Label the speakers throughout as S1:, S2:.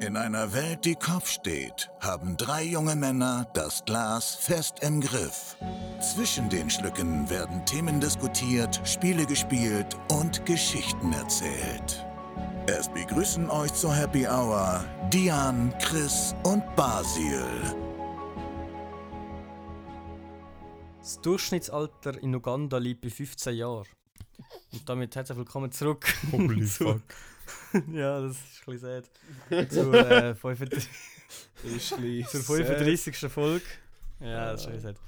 S1: In einer Welt, die Kopf steht, haben drei junge Männer das Glas fest im Griff. Zwischen den Schlücken werden Themen diskutiert, Spiele gespielt und Geschichten erzählt. Es begrüßen euch zur Happy Hour Dian, Chris und Basil.
S2: Das Durchschnittsalter in Uganda liegt bei 15 Jahren. Und damit herzlich willkommen zurück.
S3: Holy
S2: zu,
S3: fuck.
S2: ja, das ist ein bisschen sad. zu, äh, 35
S3: Ist schlimm.
S2: zur 35. Folge. Ja, das ist ein bisschen sad.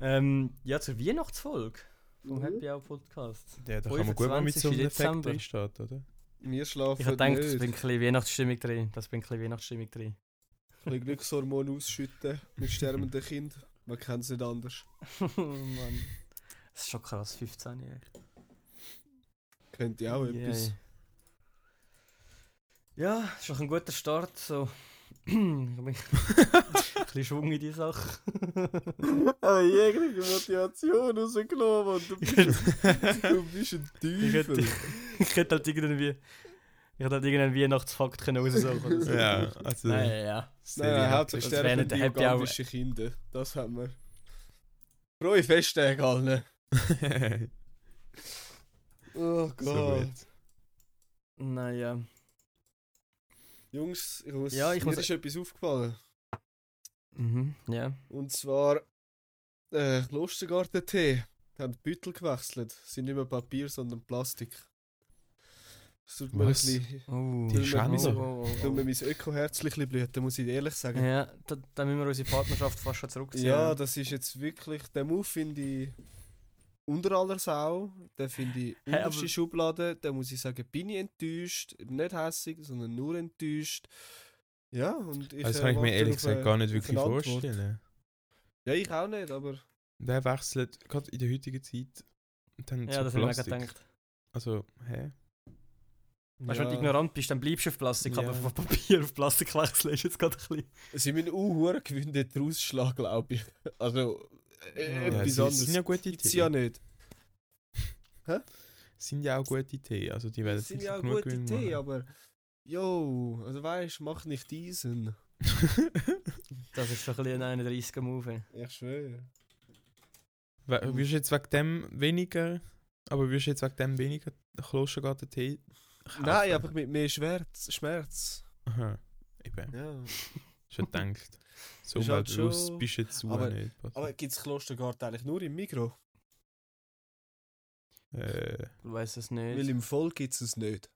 S2: Ähm, ja, zur Weihnachtsfolge vom Happy Hour Podcast.
S3: Ja, da kann man gut mal mit so
S2: 25.
S3: einem Effekt
S2: Dezember.
S3: einstarten, oder?
S4: Wir schlafen
S2: Ich habe gedacht, das
S4: nicht.
S2: bringt ein bisschen Weihnachtsstimmung drin. Das bringt ein bisschen Weihnachtsstimmung drin.
S4: Ein bisschen Glückshormon ausschütten mit sterbenden Kind. Man kann es nicht anders.
S2: oh Mann. Das ist schon krass, 15 Jahre.
S4: Kennt ihr auch etwas?
S2: Yay. Ja, ist doch ein guter Start. So. ich hab mich- ein bisschen Schwung in die Sache.
S4: Aber jegliche Motivation rausgenommen und du bist ein, du bist ein
S2: Ich hätte,
S4: Teufel.
S2: ich hätte halt irgendwie. Ich hätte halt irgendeinen Weihnachtsfakt können raussuchen können.
S3: Ja, also.
S2: Nein, ja.
S4: Nein, nein, hauptsächlich
S2: Das wäre nicht
S4: sterbende
S2: der Happy Hour.
S4: ugandische Kinder. Das haben wir. Frohe Festtage allen. Oh Gott.
S2: Naja.
S4: Jungs, ich muss,
S2: Ja, ich
S4: mir
S2: muss-
S4: ist etwas aufgefallen.
S2: Mhm, ja.
S4: Und zwar äh, Klostergarten-Tee. Haben die Beutel gewechselt. Sind nicht mehr Papier, sondern Plastik. Das tut mir ein
S3: Was?
S4: bisschen...
S2: Oh,
S4: Die
S3: Schande.
S2: oh,
S4: Tut mir
S2: oh,
S4: mein Öko-Herz ein bisschen blüten, muss ich ehrlich
S2: oh.
S4: sagen.
S2: Ja, da, da müssen wir unsere Partnerschaft fast schon zurückziehen.
S4: Ja, das ist jetzt wirklich... Den Move finde ich unter aller Sau. Den finde ich
S2: Hä, aber-
S4: unterste Schublade. Den muss ich sagen, bin ich enttäuscht. Nicht hässig, sondern nur enttäuscht. Ja, und ich...
S3: Also, Das
S4: äh,
S3: kann ich mir
S4: warte
S3: ehrlich
S4: auf
S3: gesagt
S4: eine-
S3: gar nicht
S4: auf
S3: wirklich
S4: eine Antwort.
S3: vorstellen.
S4: Ja, ich auch nicht, aber...
S3: Der wechselt gerade in der heutigen Zeit dann
S2: ja
S3: zu
S2: das habe ich mir
S3: Plastik.
S2: auch gedacht.
S3: Also, hä?
S2: Weißt du, wenn du ignorant bist, dann bleibst du auf Plastik,
S3: Ja.
S2: aber von Papier auf Plastik wechseln ist jetzt gerade ein bisschen.
S4: Sie müssen auch gewinnen den Ausschlag, glaube ich. Also,
S2: Ja,
S4: äh,
S3: Ja,
S4: etwas
S3: sie-
S4: anderes.
S3: sind ja gute
S4: Gibt's ja
S3: Ideen.
S4: nicht.
S3: Sind ja auch gute Ideen. Also, die werden
S4: Das sind
S3: sicher
S4: ja auch
S3: genug
S4: gute
S3: Gewinn
S4: Ideen,
S3: machen.
S4: aber... Yo, also weißt, mach nicht diesen.
S2: Das ist so ein bisschen ein 31er Move. ey.
S4: Ich schwöre.
S3: We- Wirst du jetzt wegen dem weniger. Aber wirst du jetzt wegen dem weniger Klostergarten-Tee kaufen?
S4: Nein, aber mit mehr Schmerz. Schmerz.
S3: Aha. Eben.
S4: Ja.
S3: Schon gedacht. So
S4: Ist halt
S3: bewusst
S4: schon-
S3: bist du jetzt so
S4: Aber-
S3: nicht.
S4: Aber gibt's Klostergarten eigentlich nur im Mikro?
S3: Äh,
S2: Ich weiß es
S4: Weil
S2: nicht.
S4: im Voll gibt's es nicht.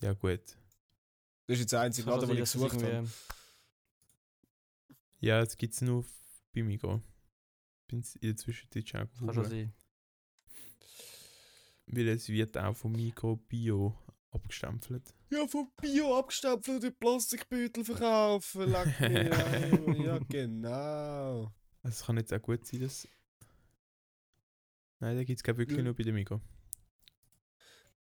S3: ja, gut.
S4: Das ist jetzt der einzige Laden, den ich gesucht habe.
S3: Ja, jetzt gibt es nur f- bei Migo. Bin in der Zwischenzeit schon
S2: Kann schon
S3: gegangen.
S2: sein.
S3: Weil es wird auch von Migo Bio abgestempelt.
S4: Ja, von Bio abgestampfte Plastikbeutel verkaufen. Leck mich. ein. ja, genau.
S3: Also es kann jetzt auch gut sein, dass... Nein, da gibt es wirklich
S4: Ja.
S3: nur bei der Migo.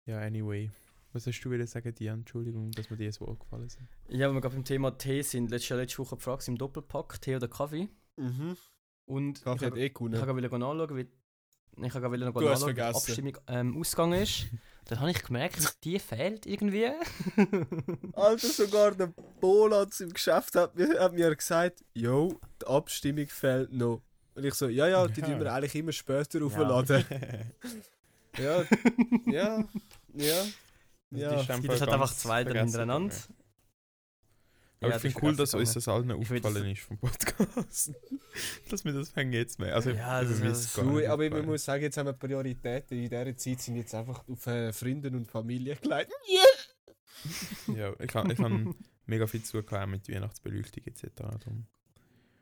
S3: Ja, anyway. Was hast du wieder sagen, Diane? Entschuldigung, dass wir dir so angefallen sind.
S2: Ja, wenn wir gerade beim Thema Tee sind, letzte, letzte Woche gefragt im Doppelpack, Tee oder Kaffee.
S4: Mhm.
S2: Und
S4: Kaffee
S2: ich
S4: hat
S2: habe
S4: eh gewonnen.
S2: ich hab wollen nachschauen, wie ich hab wollen
S4: Du hast
S2: nachschauen, wie die
S4: vergessen.
S2: Abstimmung ähm, ausgegangen ist. Dann habe ich gemerkt, die fehlt irgendwie.
S4: Alter, sogar der Bolatz im Geschäft hat mir, hat mir gesagt, yo, die Abstimmung fehlt noch. Und ich so, ja, ja, die
S3: Ja.
S4: tun wir eigentlich immer später aufladen. Ja, ja, ja. Ja,
S3: ist
S2: das hat
S3: ganz
S2: einfach zwei dann
S3: vergessen
S2: hintereinander.
S3: gegangen.
S2: Ja,
S3: Aber ich
S2: das
S3: finde
S2: ist
S3: cool, dass
S2: vergessen
S3: uns das allen
S2: Ich will das-
S3: aufgefallen ist vom Podcast. dass wir das fangen jetzt mehr. Also,
S2: Ja, das
S3: mir
S2: ist-
S3: es gar
S4: Du,
S3: nicht
S4: aber ich
S3: aufgefallen.
S4: muss sagen, jetzt haben wir Prioritäten. In dieser Zeit sind jetzt einfach auf äh, Freunde und Familie gelegt.
S3: Ja, ich habe ich hab mega viel zugehört mit Weihnachtsbeleuchtung etc. Darum.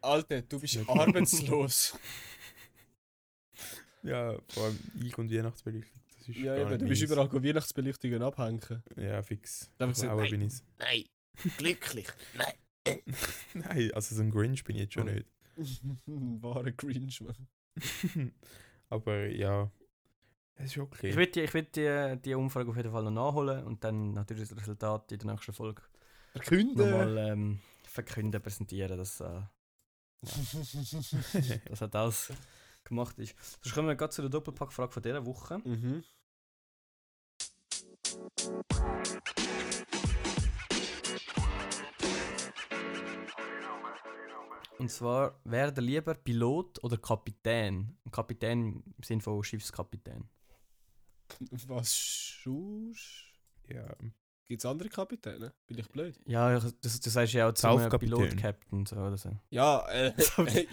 S4: Alter, du bist arbeitslos.
S3: Ja, vor allem ich und Weihnachtsbeleuchtung. Das ist
S4: ja,
S3: gar
S4: eben,
S3: nicht
S4: du bist
S3: meins.
S4: überall go Weihnachtsbeleuchtungen abhängen.
S3: Ja, fix.
S4: Dann hab
S3: Ich
S4: ich gesagt,
S3: glaube,
S4: nein.
S3: bin ich.
S4: Nein, glücklich.
S3: Nein, also so ein Grinch bin ich jetzt schon
S4: Oh.
S3: nicht.
S4: Wahre Grinch, Mann.
S3: aber ja, es ist okay.
S2: Ich will, die, ich will die, die Umfrage auf jeden Fall noch nachholen und dann natürlich das Resultat in der nächsten Folge
S4: Verkünden!
S2: nochmal ähm, verkünden, präsentieren. Das, äh, dass auch das gemacht ist. Sonst kommen wir gerade zu der Doppelpackfrage von dieser Woche.
S4: mhm.
S2: Und zwar werde lieber Pilot oder Kapitän. Und Kapitän im Sinne von Schiffskapitän.
S4: Was schusch?
S3: Ja.
S4: Gibt es andere Kapitäne? Bin ich blöd?
S2: Ja, ich- das, das sagst du ja auch zu einem
S3: Saufkapitän.
S2: Pilot-Captain. So, oder so.
S4: Ja, äh,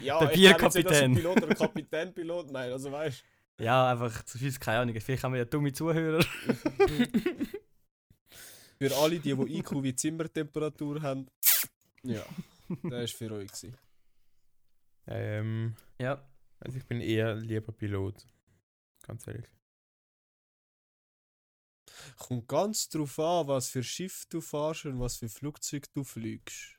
S4: ja,
S2: Der
S4: ich kenne jetzt nicht, dass
S2: Bierkapitän.
S4: ein Pilot oder Kapitän Pilot, nein, also weißt du.
S2: Ja, einfach zu viel, keine Ahnung. Vielleicht haben wir ja dumme Zuhörer.
S4: Für alle, die, die IQ wie Zimmertemperatur haben, ja, das ist für euch. Gewesen.
S3: ähm,
S2: Ja,
S3: also ich bin eher lieber Pilot. Ganz ehrlich.
S4: Kommt ganz drauf an, was für Schiff du fährst und was für Flugzeug du fliegst.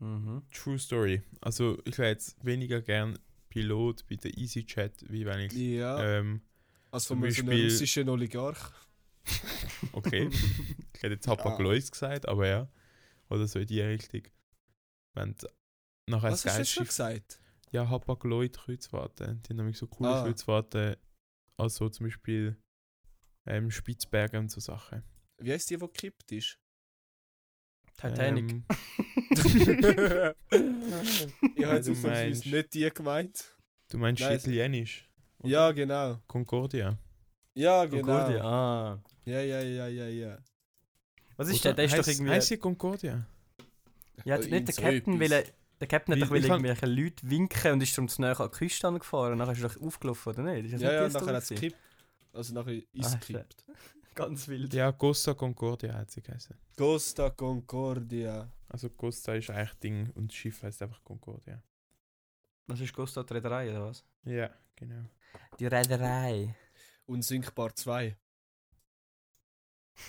S2: mhm.
S3: True Story. Also ich wäre jetzt weniger gern Pilot bei der EasyJet, wie wenn ich.
S4: Ja,
S3: Ähm,
S4: also
S3: zum
S4: von so einem
S3: Beispiel-
S4: russischen Oligarch.
S3: okay. ich hätte jetzt Hapag-Lloyd gesagt, aber ja. Oder so in die Richtung. Wenn du nachher
S4: Was
S3: ein
S4: hast du jetzt
S3: geiles
S4: schon
S3: Schiff
S4: gesagt?
S3: Ja, Hapag-Lloyd Kreuzfahrten. Die haben nämlich so coole
S4: Ah.
S3: Kreuzfahrten. Also zum Beispiel ähm, Spitzbergen und so Sachen.
S4: Wie heißt die, die gekippt ist?
S2: Titanic.
S3: Ähm,
S4: Ich habe jetzt
S3: du
S4: ausnahmsweise
S3: meinst-
S4: nicht die gemeint.
S3: du meinst
S4: Nein, es-
S3: Italienisch? Oder?
S4: Ja, genau.
S3: Concordia.
S4: Ja,
S2: Concordia,
S4: genau.
S2: ah.
S4: Ja, ja, ja, ja, ja.
S2: Was ist der? Der ist doch irgendwie.
S3: Heißt sie Concordia?
S2: ja,
S4: Äh,
S2: nicht der
S4: so
S2: Captain,
S4: etwas.
S2: weil er, der Captain hat
S3: Wie-
S2: doch will
S3: ich hab-
S2: irgendwelchen Leuten winken und ist zum zu näher an die Küste angefahren. Und nachher ist er doch aufgelaufen, oder nicht? Ist das
S4: Ja, ja,
S2: nicht die
S4: nachher hat es
S2: Story gewesen?
S4: gekippt. Also nachher ist
S2: Ah,
S4: es
S2: shit.
S4: gekippt.
S2: Ganz wild.
S3: Ja, Costa Concordia hat sie geheißen.
S4: Costa Concordia.
S3: Also Costa ist eigentlich Ding und das Schiff heißt einfach Concordia.
S2: Das ist Gustav die Reederei, oder was?
S3: Ja, genau.
S2: Die Reederei.
S4: Unsinkbar 2.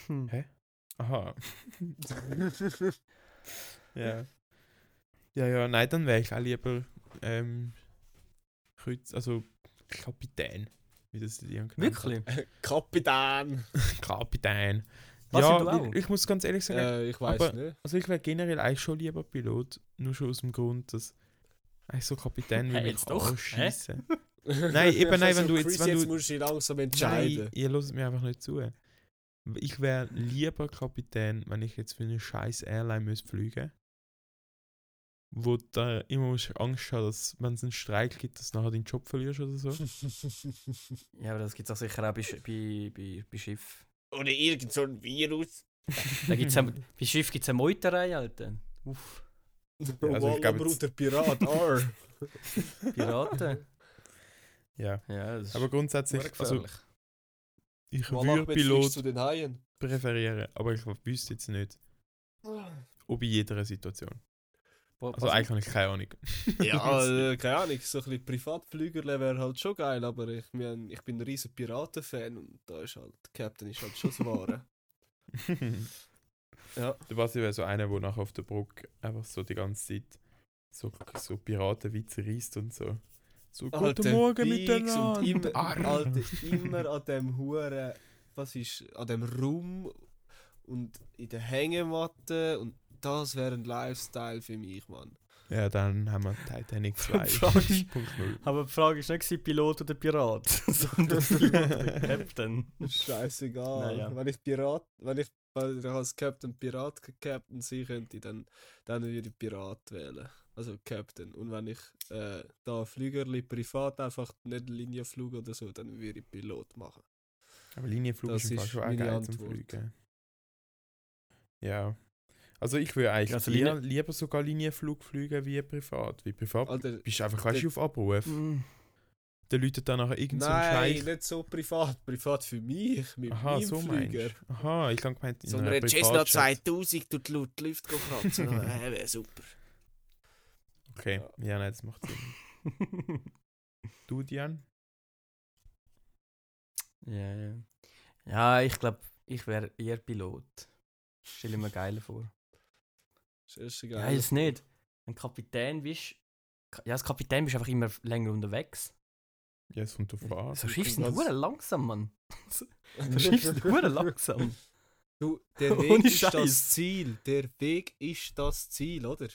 S2: Hm.
S3: Aha. ja. Ja, ja, nein, dann wäre ich auch lieber ähm, Kreuz, also Kapitän, wie das die genannt hat.
S2: Wirklich?
S4: Kapitän!
S3: Kapitän.
S2: Was,
S3: ja,
S2: du auch?
S3: ich, ich muss ganz ehrlich sagen,
S4: Äh, ich weiß
S3: aber-
S4: nicht.
S3: also ich wäre generell eigentlich schon lieber Pilot, nur schon aus dem Grund, dass eigentlich so Kapitän
S2: Hä,
S3: will mich
S2: jetzt doch? Hä?
S3: anschiessen. Nein, eben, nein, wenn du jetzt-
S4: Chris,
S3: wenn du-
S4: jetzt musst du dich langsam entscheiden.
S3: Nein, ihr hört mir einfach nicht zu. Ich wäre lieber Kapitän, wenn ich jetzt für eine scheiß Airline muss fliegen wo da immer musst du Angst haben, dass wenn es einen Streik gibt, dass du nachher deinen Job verlierst oder so.
S2: Ja, aber das gibt es auch sicher auch bei, Sch- bei, bei, bei Schiff.
S4: Oder irgend so ein Virus.
S2: Da gibt's ja, bei Schiff gibt es eine Meuterei, Alter. Uff,
S3: also ich
S4: Wallah,
S3: glaub jetzt-
S4: Bruder, Pirat, R.
S2: Piraten.
S3: Ja.
S2: ja, das ist
S3: Aber grundsätzlich,
S2: sehr
S3: also
S2: gefährlich.
S3: ich
S4: Wallah,
S3: würde
S4: jetzt fliegst du
S3: Pilot
S4: zu den Haien.
S3: präferieren, aber ich wüsste jetzt nicht, ob in jeder Situation.
S2: Wo-
S3: Also
S2: was-
S3: eigentlich habe ich keine Ahnung.
S4: Ja, äh, keine Ahnung, so ein bisschen Privatflügerle wäre halt schon geil, aber ich, mein, ich bin ein riesen Piratenfan und da ist halt, Captain ist halt schon das Wahre. Ja.
S3: Der Basti wäre so einer, der nachher auf der Brücke einfach so die ganze Zeit so, so Piratenwitze reißt und so. So, guten
S4: Alter,
S3: Morgen
S4: Bigs
S3: miteinander. Ah.
S4: Und immer,
S3: Arr.
S4: Alter, immer an dem Huren, was ist, an dem Rum und in der Hängematte und das wäre ein Lifestyle für mich, Mann.
S3: Ja, dann haben wir Titanic 2.
S2: Frage.
S3: 1.0.
S2: Aber die Frage ist nicht, gewesen, Pilot oder Pirat, sondern Pilot oder Captain.
S4: Scheißegal.
S2: Naja.
S4: Wenn ich Pirat, wenn ich, wenn ich als Captain Pirat Captain sein könnte, dann, dann würde ich Pirat wählen. Also Captain. Und wenn ich äh, da Flügerli privat einfach nicht Linienflug oder so, dann würde ich Pilot machen.
S3: Aber Linienflug
S4: Das
S3: ist im Fall
S4: ist
S3: schon auch
S4: meine
S3: geil zum
S4: Antwort.
S3: Fliegen. Ja. Also ich würde eigentlich
S2: Also
S3: eher,
S2: Linie-
S3: lieber sogar Linienflug fliegen wie privat. Wie privat
S4: Alter,
S3: bist du einfach, weißt du, auf Abruf.
S2: Hm.
S3: Der läutet dann nachher irgend so ein
S4: Mm. nein,
S3: Scheich.
S4: nicht so privat. Privat für mich, mit
S3: Aha,
S4: meinem
S3: so meinst
S4: Flüger.
S3: du. Aha, ich habe gemeint, in einer
S4: Cessna
S3: Privatjet.
S4: 2000 tut laut die Luft kratzen. äh, wäre super.
S3: Okay,
S4: Ja.
S3: ja, nein, das macht Sinn. Du, Dian?
S2: ja, ja. Ja, ich glaube, ich wäre eher Pilot. Stell ich mir geil vor.
S4: Das ist geil.
S2: Ja, jetzt nicht. Ein Kapitän bist. Ja, als Kapitän bist du einfach immer länger unterwegs.
S3: Ja, es kommt drauf an.
S2: So Schiffe sind
S4: was-
S2: hure langsam, Mann. So Schiffe sind hure langsam.
S4: Du, der
S2: Ohne
S4: Weg ist
S2: Scheiß.
S4: das Ziel. Der Weg ist das Ziel, oder?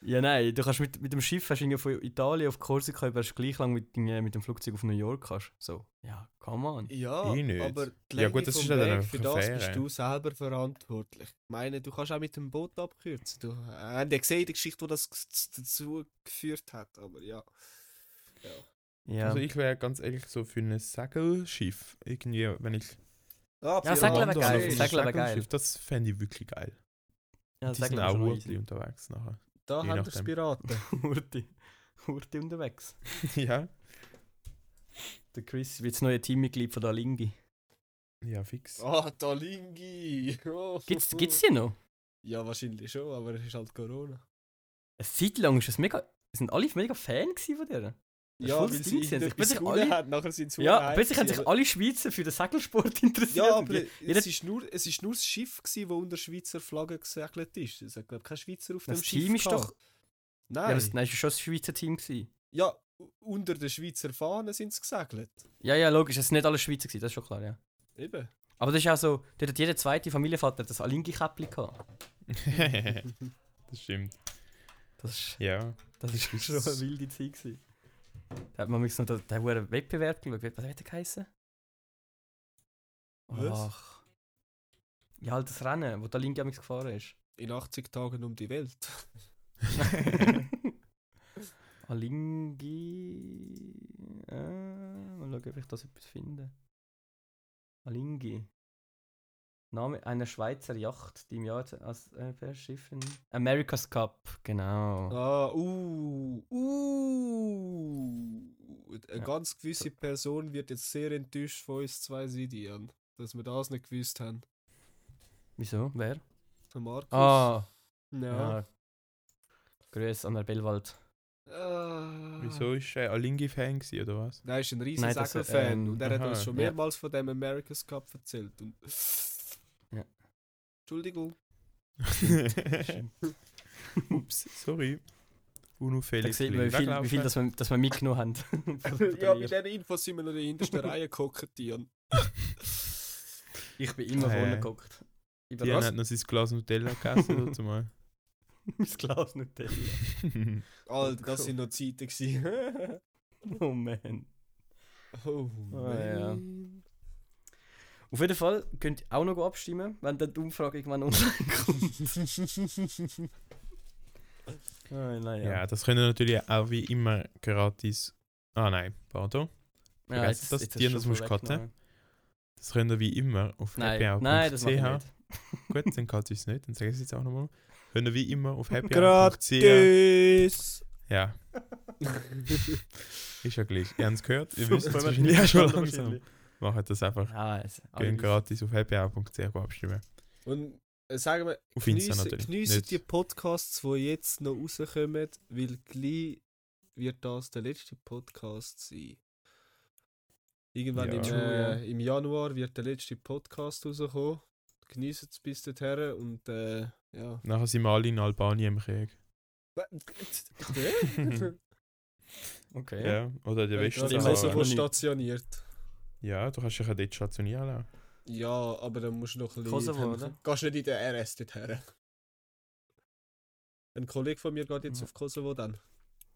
S2: Ja, nein, du kannst mit, mit dem Schiff hast du irgendwie von Italien auf Korsika überst gleich lang mit, dem- äh, mit dem Flugzeug auf New York kannst. So, ja, come on.
S4: Ja,
S3: Ich nicht.
S4: aber die
S3: Ja
S4: Länge
S3: gut, das
S4: vom
S3: ist ja dann
S4: Weg,
S3: einfach
S4: für
S3: eine
S4: das
S3: Fähre.
S4: bist du selber verantwortlich. Ich meine, du kannst auch mit dem Boot abkürzen. Du äh, haben ja gesehen, die Geschichte, wo das g- z- dazu geführt hat, aber ja.
S2: Ja,
S3: Also ich wäre ganz ehrlich so für ein Segelschiff. Irgendwie, wenn ich.
S4: Ah,
S2: Ja,
S4: für
S2: Segler wäre
S4: Orlando
S2: geil.
S4: ist-
S3: Also
S2: Segler wäre
S3: ein
S2: geil.
S3: Segelschiff, Das fände ich wirklich geil.
S2: ja
S3: Die
S2: sag
S3: sind
S2: mal
S3: auch
S2: schon
S3: gut
S2: easy.
S3: unterwegs nachher.
S4: Da
S3: Je
S4: haben wir
S3: nachdem.
S4: Piraten.
S2: Hurti. Hurti unterwegs.
S3: ja.
S2: Der Chris wird das neue Teammitglied von der Lingi.
S3: Ja, fix.
S4: Ah, Talingi. Oh.
S2: Gibt's, gibt's die noch?
S4: Ja, wahrscheinlich schon, aber es ist halt Corona.
S2: Eine Zeit lang ist es mega. Sind alle mega Fan gewesen von dir? Das ist
S4: Ja,
S2: voll
S4: weil
S2: das
S4: sie
S2: Ding gewesen.
S4: irgendetwas
S2: Plötzlich
S4: gewonnen
S2: alle-
S4: hat, nachher sind sie
S2: Ja,
S4: verdammt
S2: plötzlich haben sich
S4: aber-
S2: alle Schweizer für den Segelsport interessiert.
S4: Ja,
S2: und
S4: aber
S2: je- jeder-
S4: es ist, nur, es ist nur das Schiff, gewesen, das unter Schweizer Flagge gesegelt ist. Es hat, glaube ich, kein Schweizer auf
S2: das
S4: dem Schiff
S2: Team ist
S4: gehabt.
S2: doch. Ja, aber
S4: Nein.
S2: es- nein, es war schon das Schweizer Team. Gewesen.
S4: Ja, u- unter der Schweizer Fahne sind sie gesegelt.
S2: Ja, ja, logisch, es sind nicht alle Schweizer, gewesen, das ist schon klar, ja.
S4: Eben.
S2: Aber das ist auch so, dort hat jeder zweite Familienvater das Alingi-Käppli gehabt.
S3: das stimmt.
S2: Das ist,
S3: Ja.
S2: das ist
S3: Das ist-
S2: schon eine wilde Zeit. Gewesen. Da hat man mich noch den, den verdammten Wettbewerb geschaut. Was hat der geheißen?
S4: Was?
S2: Ach. Ja, halt das Rennen, wo der Alingi am gefahren ist.
S4: In 80 Tagen um die Welt.
S2: Alingi. Äh, mal schauen, ob ich das etwas finde. Alingi. Name einer Schweizer Yacht, die im Jahr zu- als äh, verschiffen. America's Cup, genau.
S4: Ah, uh, uh. Eine
S2: Ja.
S4: ganz gewisse Person wird jetzt sehr enttäuscht von uns zwei Sidian, dass wir das nicht gewusst haben.
S2: Wieso? Wer?
S4: Der Markus.
S2: Ah,
S4: Ja.
S2: ja. Grüß an der Bellwald.
S4: Ah.
S3: Wieso ist er Alingi-Fan gewesen, oder was?
S4: Nein, ist ein riesen
S2: Nein, das-
S4: Sackel-Fan
S2: ähm,
S4: und er hat
S3: aha,
S4: uns schon
S2: ja.
S4: mehrmals von dem America's Cup erzählt. Und
S2: Ja.
S4: Entschuldigung.
S3: Ups, sorry.
S2: Da
S3: Unauffällig.
S2: sieht man, wie viel, wie viel das wir, das wir mitgenommen haben. Von- von
S4: ja,
S2: ihr.
S4: mit diesen Infos sind wir noch in der hintersten Reihe gehockt, Dian.
S2: ich bin immer
S3: Äh,
S2: vorne geguckt. Ich bin
S3: Diana
S2: das
S3: hat noch sein Glas Nutella gegessen, dazu mal.
S2: Glas nicht drin.
S4: Alter, das sind noch Zeiten gewesen.
S2: Oh man.
S4: oh,
S2: Ah, ja.
S4: man.
S2: Auf jeden Fall könnt ihr auch noch abstimmen, wenn dann die Umfrage irgendwann online kommt. Nein, nein,
S3: ja. das können wir natürlich auch wie immer gratis. Ah nein, pardon. vergessen, dass
S2: hast du
S3: Diana das
S2: schon
S3: musst
S2: vorweggenommen.
S3: Das können wir wie immer auf
S2: Nein, nein, das mache ich
S3: happyhour.ch.
S2: nicht.
S3: Gut, dann geht es nicht. Dann sage ich es jetzt auch nochmal. Können wir wie immer auf happyhour.ch.
S4: Gratis!
S3: Ja, ist ja gleich. Ihr habt es gehört. Ihr wisst es
S2: Super,
S3: wahrscheinlich auch schon
S2: wahrscheinlich.
S3: langsam. Macht das einfach.
S2: Ja, also, aber
S3: Gehen
S2: ich-
S3: gratis auf happyhour.ch abstimmen.
S4: Und äh, sagen wir,
S3: Auf Insta
S4: geniessen
S3: natürlich.
S4: geniessen
S3: Nicht-
S4: die Podcasts, die jetzt noch rauskommen, weil gleich wird das der letzte Podcast sein. Irgendwann
S3: Ja.
S4: im,
S2: True, ja.
S4: äh, im Januar wird der letzte Podcast rauskommen. Geniessen es bis dahin und äh, ja.
S3: Nachher sind wir alle in Albanien im Krieg.
S2: Okay.
S3: Ja. Oder der
S4: Ja,
S3: Westen.
S4: das
S2: Stimmt,
S4: ist
S2: aber-
S4: wo stationiert.
S3: Ja, du kannst dich ja dort stationieren. lassen.
S4: Ja, aber dann musst du noch ein bisschen.
S2: Kosovo,
S4: dann
S2: oder?
S4: Gehst nicht in den RS dorthin. Ein Kollege von mir geht jetzt auf Kosovo dann.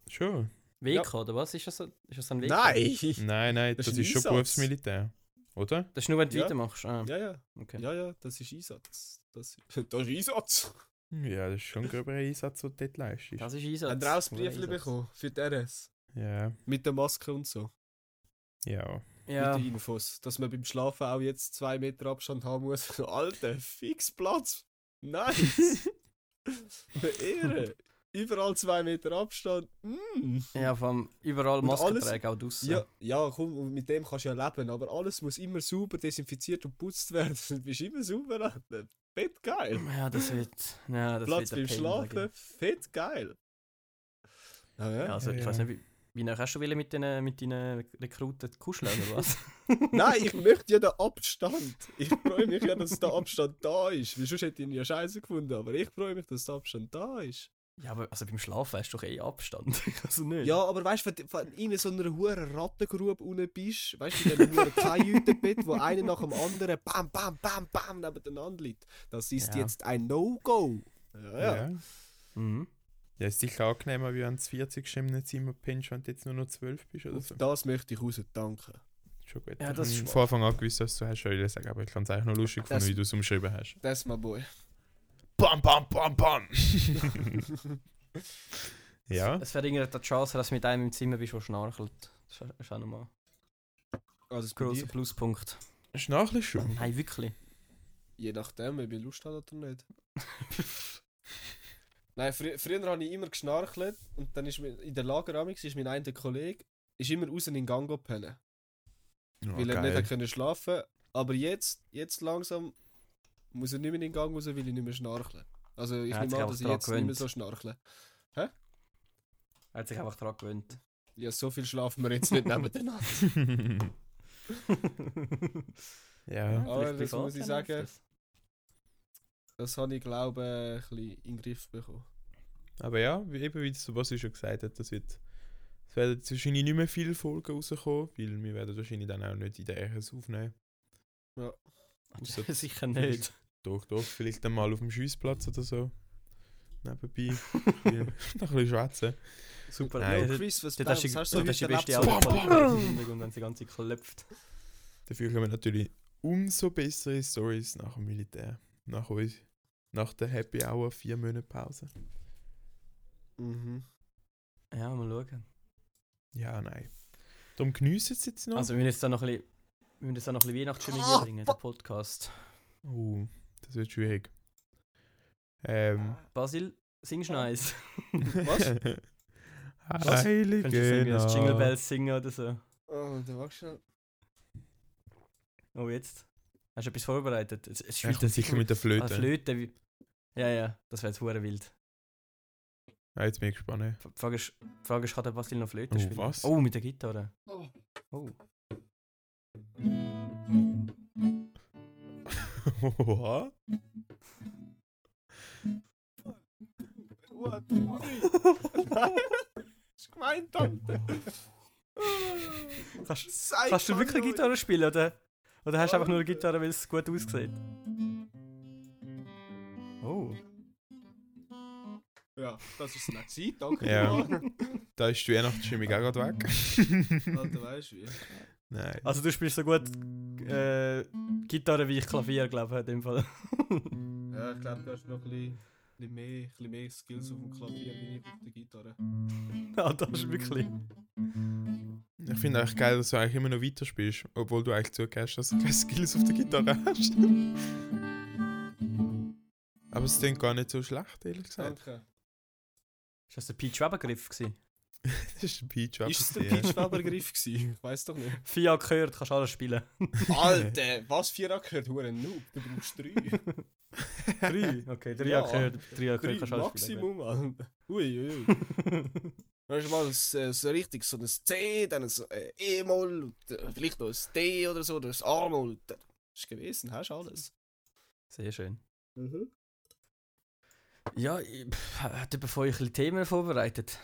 S3: Schon.
S2: WK, oder was? Ist das, so- ist das so ein WK?
S4: Nein!
S3: Nein, nein, das,
S4: Das ist ein
S3: ist schon
S4: Einsatz.
S3: Berufsmilitär. Oder?
S2: Das ist nur, wenn du
S4: Ja.
S2: weitermachst. Ah,
S4: Ja, ja,
S2: okay.
S4: ja, ja, das ist Einsatz. Das, das ist Einsatz.
S3: Hm, Ja, das ist schon ein gröberer Einsatz, den du dort leistest.
S2: Das ist Einsatz.
S4: Haben wir auch ein Briefchen bekommen für die RS?
S3: Ja,
S4: Mit der Maske und so.
S3: ja.
S2: Ja.
S4: Mit den Infos. Dass man beim Schlafen auch jetzt zwei Meter Abstand haben muss. Alter, fix Platz. Nice. Ehre. Überall zwei Meter Abstand. Mm.
S2: Ja, vom überall
S4: Und
S2: Masken
S4: alles-
S2: tragen, auch draussen.
S4: Ja, ja, komm, und mit dem kannst du ja leben, aber alles muss immer sauber desinfiziert und putzt werden. Du bist immer sauber, Alter. Fett geil.
S2: Ja, das wird. Ja, das
S4: Platz beim
S2: wird der Pain, sag ich.
S4: Schlafen, fett geil. Ah, ja.
S2: Ja, also,
S3: Ja,
S2: ich
S3: ja.
S2: weiß nicht, wie, wie lange hast du wollen mit deinen mit deinen Rekruten kuscheln oder was?
S4: Nein, ich möchte ja den Abstand. Ich freue mich ja, dass der Abstand da ist. Weil sonst hätte ich ihn ja scheiße gefunden, aber ich freue mich, dass der Abstand da ist.
S2: Ja, aber also beim Schlafen hast du doch eh Abstand. also nicht.
S4: Ja, aber weißt du, wenn du wenn du in so einer hohen Rattengrube unten bist, weißt du, in diesem hohen Kajütenbett, wo einer nach dem anderen bam, bam, bam, bam nebeneinander liegt, das ist
S2: Ja.
S3: Ah,
S4: jetzt ein No-Go. Ja, ja.
S3: ja.
S2: Mhm.
S3: Ja, ist sicher angenehmer, wie wenn du 40 Stunden nicht immer pinch und jetzt nur noch 12 bist oder
S4: Auf
S3: so.
S4: das möchte ich raus danken.
S3: Schon gut.
S2: Ja,
S3: ich
S2: das
S3: hab
S2: ist
S3: von
S2: schwach.
S3: Anfang an gewusst, was du hast, soll ich dir sagen, aber ich fand es eigentlich noch lustig, gefunden,
S4: Das-
S3: wie du es umschrieben hast.
S4: Das mal boy.
S3: Bam, bam, bam, bam! ja,
S2: Es verringert die Chance, dass du mit einem im Zimmer bist, der schnarchelt. Das ist- ist auch nochmal ein
S4: Also es
S2: grosser
S4: bin
S2: Pluspunkt.
S3: schnarchlich schon.
S2: Nein, wirklich.
S4: ich, je nachdem, ob ich Lust habe oder nicht. Nein, frü früher habe ich immer geschnarchelt und dann ist mir in der Lageramix ist mein einer Kollege ist immer raus in den Gang gepennt.
S3: Ja,
S2: Oh,
S4: weil er
S3: geil.
S4: nicht hat können schlafen Aber jetzt, jetzt langsam muss er nicht mehr in den Gang raus, weil ich nicht mehr schnarchle. Also ich
S2: Er hat
S4: nehme
S2: sich
S4: an,
S2: auch
S4: dass ich
S2: dran
S4: jetzt nicht mehr
S2: gewöhnt.
S4: so schnarchle.
S2: Er hat sich einfach daran gewöhnt.
S4: Ja, so viel schlafen wir jetzt nicht nebeneinander.
S3: ja,
S4: Aber
S2: vielleicht
S4: Ah, das
S2: privat
S4: muss ich
S2: dann hilft
S4: sagen.
S2: das.
S4: Das habe ich, glaube ich, ein bisschen in den Griff bekommen.
S3: aber ja, wie eben wie Sebastian schon gesagt hat, das wird, es werden jetzt wahrscheinlich nicht mehr viele Folgen rauskommen, weil wir werden wahrscheinlich dann auch nicht in der RS aufnehmen. Ausser-
S2: Sicher nicht.
S3: Doch, doch, vielleicht dann mal auf dem Schiessplatz oder so. Nebenbei. Ja, noch ein bisschen schwätzen.
S2: Super.
S3: Nein.
S4: Yo,
S2: Nein,
S4: Chris, was,
S2: das
S4: was
S2: ist,
S4: hast du so
S2: das ist die
S4: heute
S2: beste
S4: erlebt?
S2: Antwort im Hintergrund, wenn sie ganze klopft.
S3: Dafür kommen natürlich umso bessere Stories nach dem Militär. Nach uns. Nach der Happy Hour, vier Monate Pause.
S4: Mhm.
S2: Ja, mal schauen.
S3: Ja, nein. Darum geniessen sie jetzt noch.
S2: Also, wir müssen jetzt da noch ein bisschen, wir müssen jetzt da noch ein bisschen Weihnachtsstimmung
S4: Ah,
S2: reinbringen, der Podcast.
S3: oh, das wird schwierig. Ähm.
S2: Basil, singst du nice?
S4: Was?
S2: Was? Könntest du
S3: Heilige
S2: irgendwie das Jingle
S3: Nacht.
S2: Bells singen oder so?
S4: Oh, da wachst du
S2: Oh, jetzt? Hast du etwas vorbereitet? Es, es
S3: Er
S2: spielt
S3: kommt sicher mit der Flöte.
S2: Ah, Flöte. wie- Ja, ja, das wäre jetzt hure wild.
S3: Ah, jetzt bin ich gespannt.
S2: Die Frage ist, die Frage ist, kann der Basil noch Flöte
S3: Oh,
S2: spielen?
S3: was?
S2: Oh, mit der Gitarre.
S4: Oh.
S2: Oh.
S3: Oha.
S4: What? ist gemeint, Tante.
S2: Kannst,
S4: Sei
S2: kannst du
S4: von
S2: wirklich
S4: euch.
S2: Gitarre spielen, oder? Oder hast du einfach nur eine
S4: Alter.
S2: Gitarre, weil es gut aussieht? Oh.
S4: Ja, das ist es nicht. Sie, danke.
S3: Ja.
S4: Mann.
S3: Da ist die Weihnachtsstimmung auch gerade
S4: Alter,
S3: weg.
S4: weißt du wie?
S3: Nein.
S2: Also du spielst so gut äh, Gitarre wie ich Klavier, glaube ich, in dem Fall.
S4: Ja, ich glaube, du hast noch ein bisschen, bisschen mehr, ein bisschen mehr Skills auf dem Klavier wie ich auf der Gitarre.
S2: ah, das ist wirklich...
S3: Ich finde eigentlich geil, dass du eigentlich immer noch weiterspielst, obwohl du eigentlich zugehst, dass du keine Skills auf der Gitarre hast. Aber es klingt gar nicht so schlecht, ehrlich gesagt.
S4: Danke.
S2: Ist das der Pete Schweber-Griff gewesen?
S3: Das ist ein Peach
S4: Ist es der Pitchweber-Griff gewesen? Ich weiß doch nicht.
S2: Vier Akkorde, kannst alles spielen.
S4: Alter, was für ein gehört? Du ein Noob, du brauchst drei.
S2: Drei? Okay, drei
S4: Ja.
S2: Akkorde, drei
S4: drei
S2: Akkorde kannst alles spielen.
S4: Maximum, Alter. Ui, ui, ui. Dann hast du mal so, so richtig so ein C, dann ein äh, E-Moll, und, äh, vielleicht noch ein D oder so, oder ein A-Moll. Das ist gewesen, hast alles.
S2: Sehr schön.
S4: Mhm.
S2: Ja, ich pff, hat jemand von euch ein bisschen Themen vorbereitet?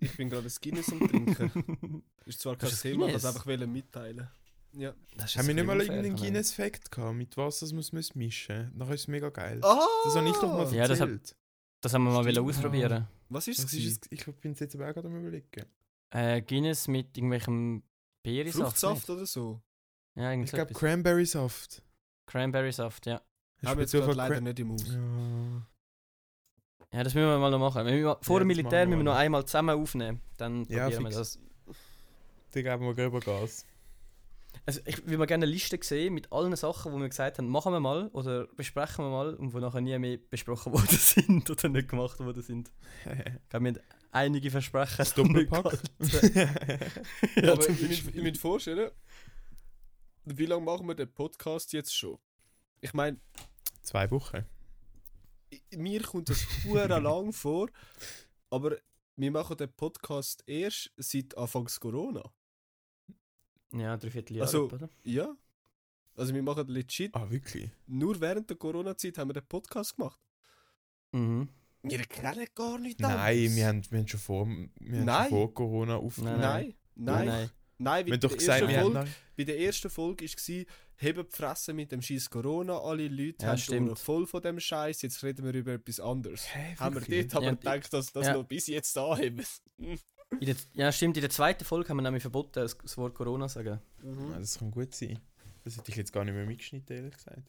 S4: Ich bin gerade ein Guinness am Trinken. Ist zwar kein
S2: Hast du ein
S4: Thema, ich wollte
S2: Guinness?
S4: es einfach wollen mitteilen. Ja.
S2: Das ist
S3: Haben wir
S2: jetzt
S3: nicht
S2: ein
S3: mal
S2: bisschen
S3: irgendeinen
S2: unfair,
S3: Guinness-Fact gehabt, mit was das muss man es mischen? Nachher ist es mega geil.
S4: Ah!
S3: Das habe ich doch mal
S2: Ja, das hab-
S3: erzählt.
S2: Das haben wir mal
S3: Stimmt.
S2: wollen ausprobieren.
S4: Was ist
S3: Was ist
S4: es?
S3: es? Ich glaub, ich bin es jetzt aber auch gerade am überlegen.
S2: Äh, Guinness mit irgendwelchem Beerensaft.
S4: Fruchtsaft oder so?
S2: nicht? Ja, irgendwie
S3: Ich
S2: so
S3: glaube
S2: etwas.
S3: Cranberry-Saft.
S2: Cranberry-Saft, ja.
S3: Hast
S4: Haben
S3: du
S4: wir jetzt
S3: Zufall
S4: gerade leider
S3: Cran-
S4: nicht im Haus.
S3: Ja.
S2: Ja, das müssen wir mal noch machen. Wir müssen mal, vor
S3: Ja,
S2: dem
S3: das
S2: Militär
S3: machen wir
S2: müssen wir noch
S3: mal.
S2: einmal zusammen aufnehmen. Dann
S3: Ja,
S2: probieren wir
S3: fix.
S2: das.
S3: Dann geben wir gröber Gas.
S2: Also ich würde mal gerne eine Liste sehen mit allen Sachen, die wir gesagt haben, machen wir mal oder besprechen wir mal und die nachher nie mehr besprochen worden sind oder nicht gemacht worden sind. Ich glaube, wir haben einige Versprechen.
S3: Das Doppelpack.
S2: ja,
S4: Aber
S2: zum
S4: ich müsst-
S2: Beispiel.
S4: ich muss vorstellen, wie lange machen wir den Podcast jetzt schon? Ich meine,
S3: Zwei Wochen.
S4: i- mir kommt das hure lang vor, aber wir machen den Podcast erst seit Anfangs Corona.
S2: ja, drei Vierteljahre,
S4: Also-
S2: oder?
S4: Ja? Also wir machen legit,
S3: Ah, wirklich?
S4: nur während der Corona-Zeit haben wir den Podcast gemacht.
S2: Mhm.
S4: Wir kennen gar nicht
S3: Nein, wir haben, wir haben schon vor, wir haben schon
S4: Nein.
S3: vor Corona aufgenommen.
S4: Nein, nein, nein.
S2: nein.
S4: nein.
S3: Wir
S4: bei
S3: haben doch
S4: der
S3: gesagt,
S4: ersten
S3: wir haben
S4: Folge-
S3: noch,
S4: bei der ersten Folge war es, heben die Fresse mit dem Scheiß Corona, alle Leute
S2: Ja,
S4: haben die Ohren
S2: stimmt.
S4: voll von dem Scheiß, jetzt reden wir über etwas anderes.
S3: Hä,
S4: haben wir
S3: wirklich?
S4: dort aber
S2: Ja,
S4: gedacht, dass das
S2: ja.
S4: noch bis jetzt anheben.
S2: In der, ja, stimmt, in der zweiten Folge haben wir nämlich verboten, das- das Wort Corona zu sagen.
S3: Nein, Ah, das kann gut sein. Das hätte ich jetzt gar nicht mehr mitgeschnitten, ehrlich gesagt.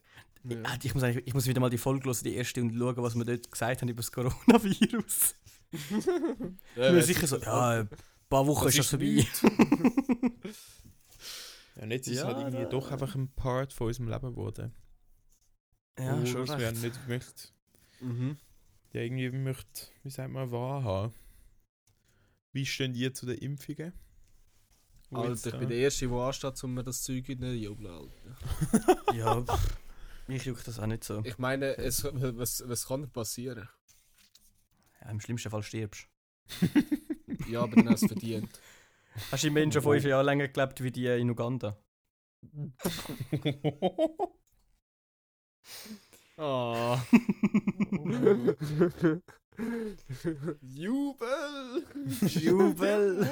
S2: Ah, Ich, muss eigentlich, ich muss wieder mal die Folge hören, die erste, und schauen, was wir dort gesagt haben über das Coronavirus.
S4: Ja,
S2: Wir
S4: ja,
S2: sind sicher so, ja, ein paar Wochen
S4: Das
S2: ist das
S4: ist
S2: vorbei.
S3: Ja, und jetzt ist es
S2: Ja,
S3: halt irgendwie
S2: da-
S3: doch einfach ein Part von unserem Leben geworden.
S2: Ja,
S3: wo
S2: schon
S3: wir
S2: recht.
S3: nicht möchte,
S4: Mhm.
S3: ja, irgendwie möchte, wie sagt man, wahr haben. Wie stehen ihr zu den Impfungen? Wo jetzt
S4: Alter, ich
S3: da-
S4: bin der Erste, der ansteht, um mir das Zeug in den Jubel Alter.
S2: Ja, pff, mich juckt das auch nicht so.
S4: Ich meine, es, was, was kann denn passieren?
S2: Ja, Im schlimmsten Fall stirbst
S4: Ja, aber dann hast du es verdient.
S2: du. Hast du immerhin schon fünf Jahre länger gelebt wie die in Uganda?
S4: Ah. Jubel!
S2: Jubel!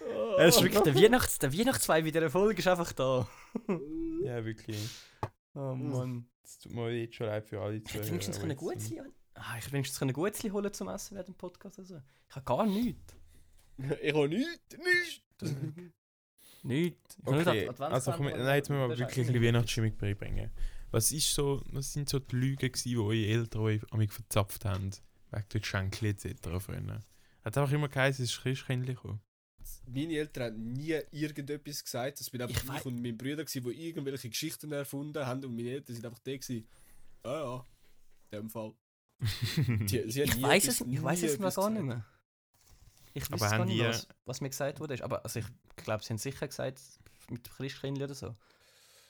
S4: Ah.
S2: Er ist wirklich der Weihnachts-, der Weihnachtswein wieder der Folge ist einfach da.
S3: ja, wirklich.
S2: Oh Mann.
S3: Das tut mir jetzt schon leid für alle
S2: Hätte
S3: Zuhörer,
S2: ich wenigstens
S3: aber
S2: können
S3: jetzt, ähm,
S2: Gutzli ah, ich hätte wenigstens können Gutzli holen zum Essen während dem Podcast oder so. Ich habe gar nichts.
S4: Ich habe nichts, nichts!
S2: Nichts. Ich habe nur
S3: Okay,
S2: Ad- Adventskranz-
S3: also komm, nein, jetzt müssen wir
S2: Das ist
S3: wirklich ein bisschen Weihnachtsstimmung beibringen. Was, ist so, was sind so die Lügen, gewesen, die eure Eltern euch an mich verzapft haben? Wegen der Geschenke etc. früher. Hat einfach immer geheißen, es ist Christkindlich gekommen.
S4: Meine Eltern haben nie irgendetwas gesagt. Das bin einfach
S2: Ich
S4: ich,
S2: wei-
S4: und mein Bruder, gewesen, die irgendwelche Geschichten erfunden haben. Und meine Eltern sind einfach da. Gewesen. Ah ja, in dem Fall. Die, sie haben
S2: Ich
S4: nie
S2: weiß
S4: etwas-
S2: es, ich
S4: nie
S2: weiß es mal
S4: etwas
S2: gar
S4: gesagt.
S2: nicht mehr. Ich weiß
S3: Aber
S2: es gar
S3: haben
S2: nicht mehr,
S3: die-
S2: was, was mir gesagt wurde. Aber also ich glaube, sie haben sicher gesagt, mit Christkindli oder so.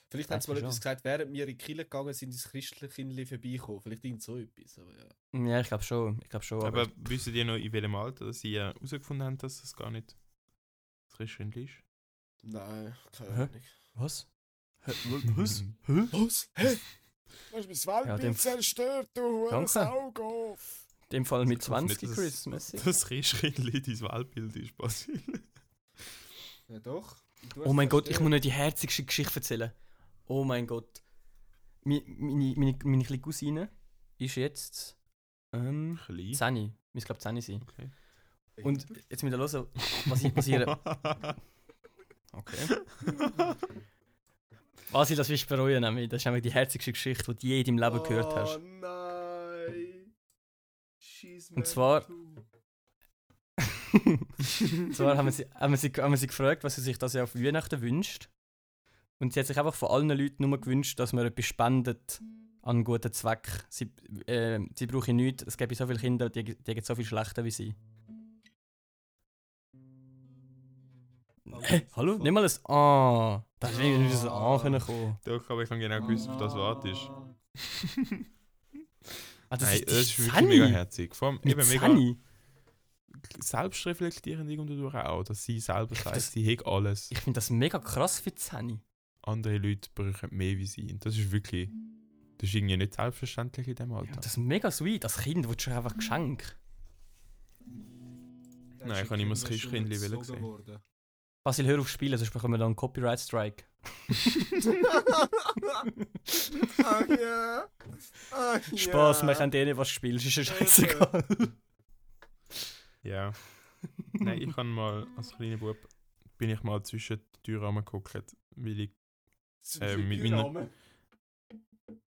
S4: Vielleicht haben sie mal
S2: Weiss man
S4: etwas
S2: schon.
S4: gesagt, während wir in die Kirche gegangen sind, ist das Christkindli vorbeigekommen. Vielleicht irgend so etwas. Aber ja.
S2: Ja, ich glaube schon. Ich glaube schon.
S3: Aber wisst ihr noch, in welchem Alter dass ihr herausgefunden habt, dass das gar nicht das Christkindlich ist?
S4: Nein, keine
S2: Hä?
S4: Ahnung.
S2: was? Was? Hä?
S4: Was? Hä? Du hast mein Weltbild
S2: Ja, dem-
S4: zerstört, du
S2: Danke.
S4: Saugo!
S2: In dem Fall mit
S3: Ich hoffe nicht,
S2: 20
S3: dass-
S2: Christmas.
S3: Das Christkindlich dein Weltbild ist, Basil.
S4: Ja, doch. Du
S2: Oh
S4: hast
S2: mein Gott, ich
S4: zerstört.
S2: muss noch die herzigste Geschichte erzählen. Oh mein Gott. Mi- Meine, meine, meine kleine Cousine ist jetzt ähm,
S3: Klein.
S2: 10. Ich glaube 10 sein.
S3: Okay.
S2: Und jetzt mit der hören, was ich passiere. Okay. Was ich das wirst du bereuen, nämlich. das ist nämlich die herzigste Geschichte, die du je in deinem Leben gehört
S4: Oh
S2: hast.
S4: nein! Schieß
S2: Und zwar- zwar haben wir, sie, haben, wir sie, haben wir sie gefragt, was sie sich das ja auf Weihnachten wünscht. Und sie hat sich einfach von allen Leuten nur gewünscht, dass man etwas spendet an einen guten Zweck. Sie, äh, sie brauche nichts, es gäbe so viele Kinder, die, die haben so viel schlechter wie sie. Hä? hallo? Nicht mal ein Ah. Da ist wenigstens ein Ah können kommen.
S3: Doch, aber ich habe genau gewusst, auf das wartest.
S2: Ah, das
S3: Nein,
S2: ist,
S3: das ist wirklich
S2: Zanni.
S3: mega herzig. Vor allem
S2: Mit
S3: eben mega
S2: Zanni.
S3: selbstreflektierend irgendwo auch, dass sie selber
S2: Ich-
S3: sagt,
S2: das-
S3: sie hegt alles.
S2: Ich finde das mega krass für Zanni.
S3: Andere Leute brauchen mehr wie sie. Und das ist wirklich, das ist irgendwie nicht selbstverständlich in dem Alter.
S2: Das ist mega sweet. Als Kind wird schon einfach geschenkt.
S3: Nein, ich habe immer das Christkindli wollen sehen.
S2: Basil, hör auf zu spielen, sonst bekommen wir da einen Copyright-Strike.
S4: Ach ja! Ach ja!
S2: Spaß, wir können eh nicht, was du spielst, ist ja scheißegal.
S3: ja. Nein, ich habe mal als kleiner Bub bin ich mal zwischen die Türrahmen geguckt, weil ich äh, mit meiner-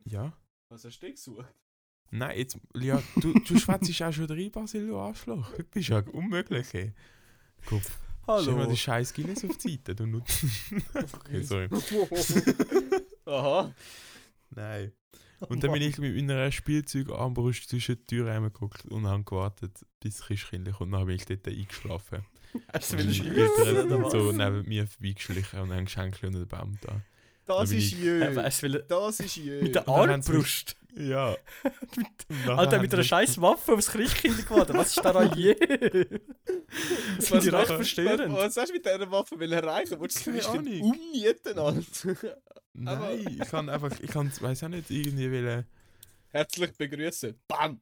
S3: ja.
S4: Was hast du denn gesucht?
S3: Nein, jetzt, ja, du, du schwätzt auch schon rein, Basil, du Arschloch. Du bist ja unmöglich. Ey. Kopf. Schau mal
S2: Hallo.
S3: den scheiß Guinness auf die Seite, du nutzt. okay, sorry.
S4: Aha.
S3: Nein. Und dann bin ich mit meiner Spielzeugarmbrust zwischen die Türen reingeguckt und habe gewartet, bis das Christkindli kommt. Dann bin ich dort eingeschlafen.
S2: Hast
S3: Und
S2: willst
S3: meine
S2: üben,
S3: Eltern
S2: oder was?
S3: so neben mir vorbeigeschlichen und haben Geschenke unter den Baum da.
S4: Das
S3: bin
S4: ist
S3: ich-
S2: Äh,
S4: jö.
S2: weißt du, will-
S4: Das ist jö.
S2: Mit der
S3: Und dann haben sie
S2: Armbrust.
S3: Ja.
S2: Mit-
S3: Und nachher
S2: Alter,
S3: haben
S2: mit einer
S3: sie-
S2: scheiß Waffe aufs Christkind geworden. Was ist daran je? Das finde ich recht
S3: machen-
S2: verstörend.
S4: Was hast du mit dieser Waffe will erreichen? Wolltest du
S3: Keine
S4: das Christkind
S3: Ahnung.
S4: umnieten, Alter? Aber-
S3: Nein, ich kann einfach, ich kann, weiß auch nicht, irgendwie wollen.
S4: Herzlich begrüßen. Bam!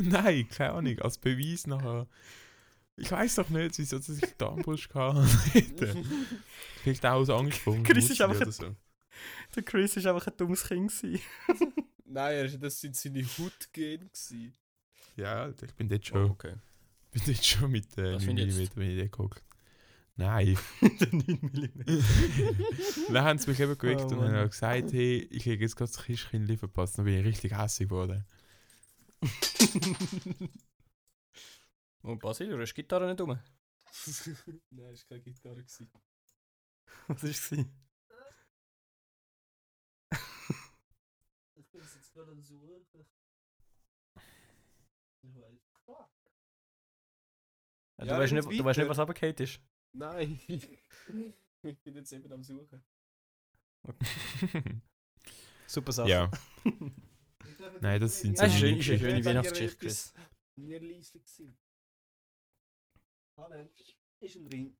S3: Nein, keine Ahnung, als Beweis nachher Ich weiß doch nicht, wieso sie sich Darmbrust gehabt hätte. Vielleicht auch aus Angst vor dem
S2: Chris ist
S3: Schmutzli
S2: einfach-
S3: oder so.
S2: Der Chris war einfach ein dummes Kind. Gewesen.
S4: Nein, er- das sind seine Hautgene gewesen.
S3: Ja, Alter, ich bin dort
S2: Oh,
S3: schon,
S2: okay.
S3: bin dort schon mit äh,
S2: Was
S3: 9
S2: sind jetzt?
S3: mm in die gehockt. Nein.
S2: Der 9mm.
S3: Dann haben sie mich eben geweckt
S2: Oh,
S3: und haben
S2: Mann.
S3: auch gesagt, hey, ich habe jetzt gerade das Christkindli verpasst. Dann bin ich richtig hässlich geworden.
S2: Und Oh, Basil, du hast die Gitarre nicht um.
S4: Nein, das war keine Gitarre. Gewesen.
S2: Was war es?
S4: Ich bin jetzt gerade am Suchen. Ich weiß. Ah.
S2: Du,
S4: Ja,
S2: weißt
S4: dann
S2: nicht,
S4: geht's
S2: du weißt nicht, was
S4: weiter.
S2: runtergefallen ist.
S4: Nein. ich bin jetzt eben am Suchen.
S2: Super Sache.
S3: ja. Nein, das sind so
S2: Das ist eine schöne,
S3: meine
S2: schöne,
S3: Geschichten.
S2: schöne Weihnachtsgeschichte, Chris.
S4: Mir leise gewesen. Hallo. Ist ein Ring.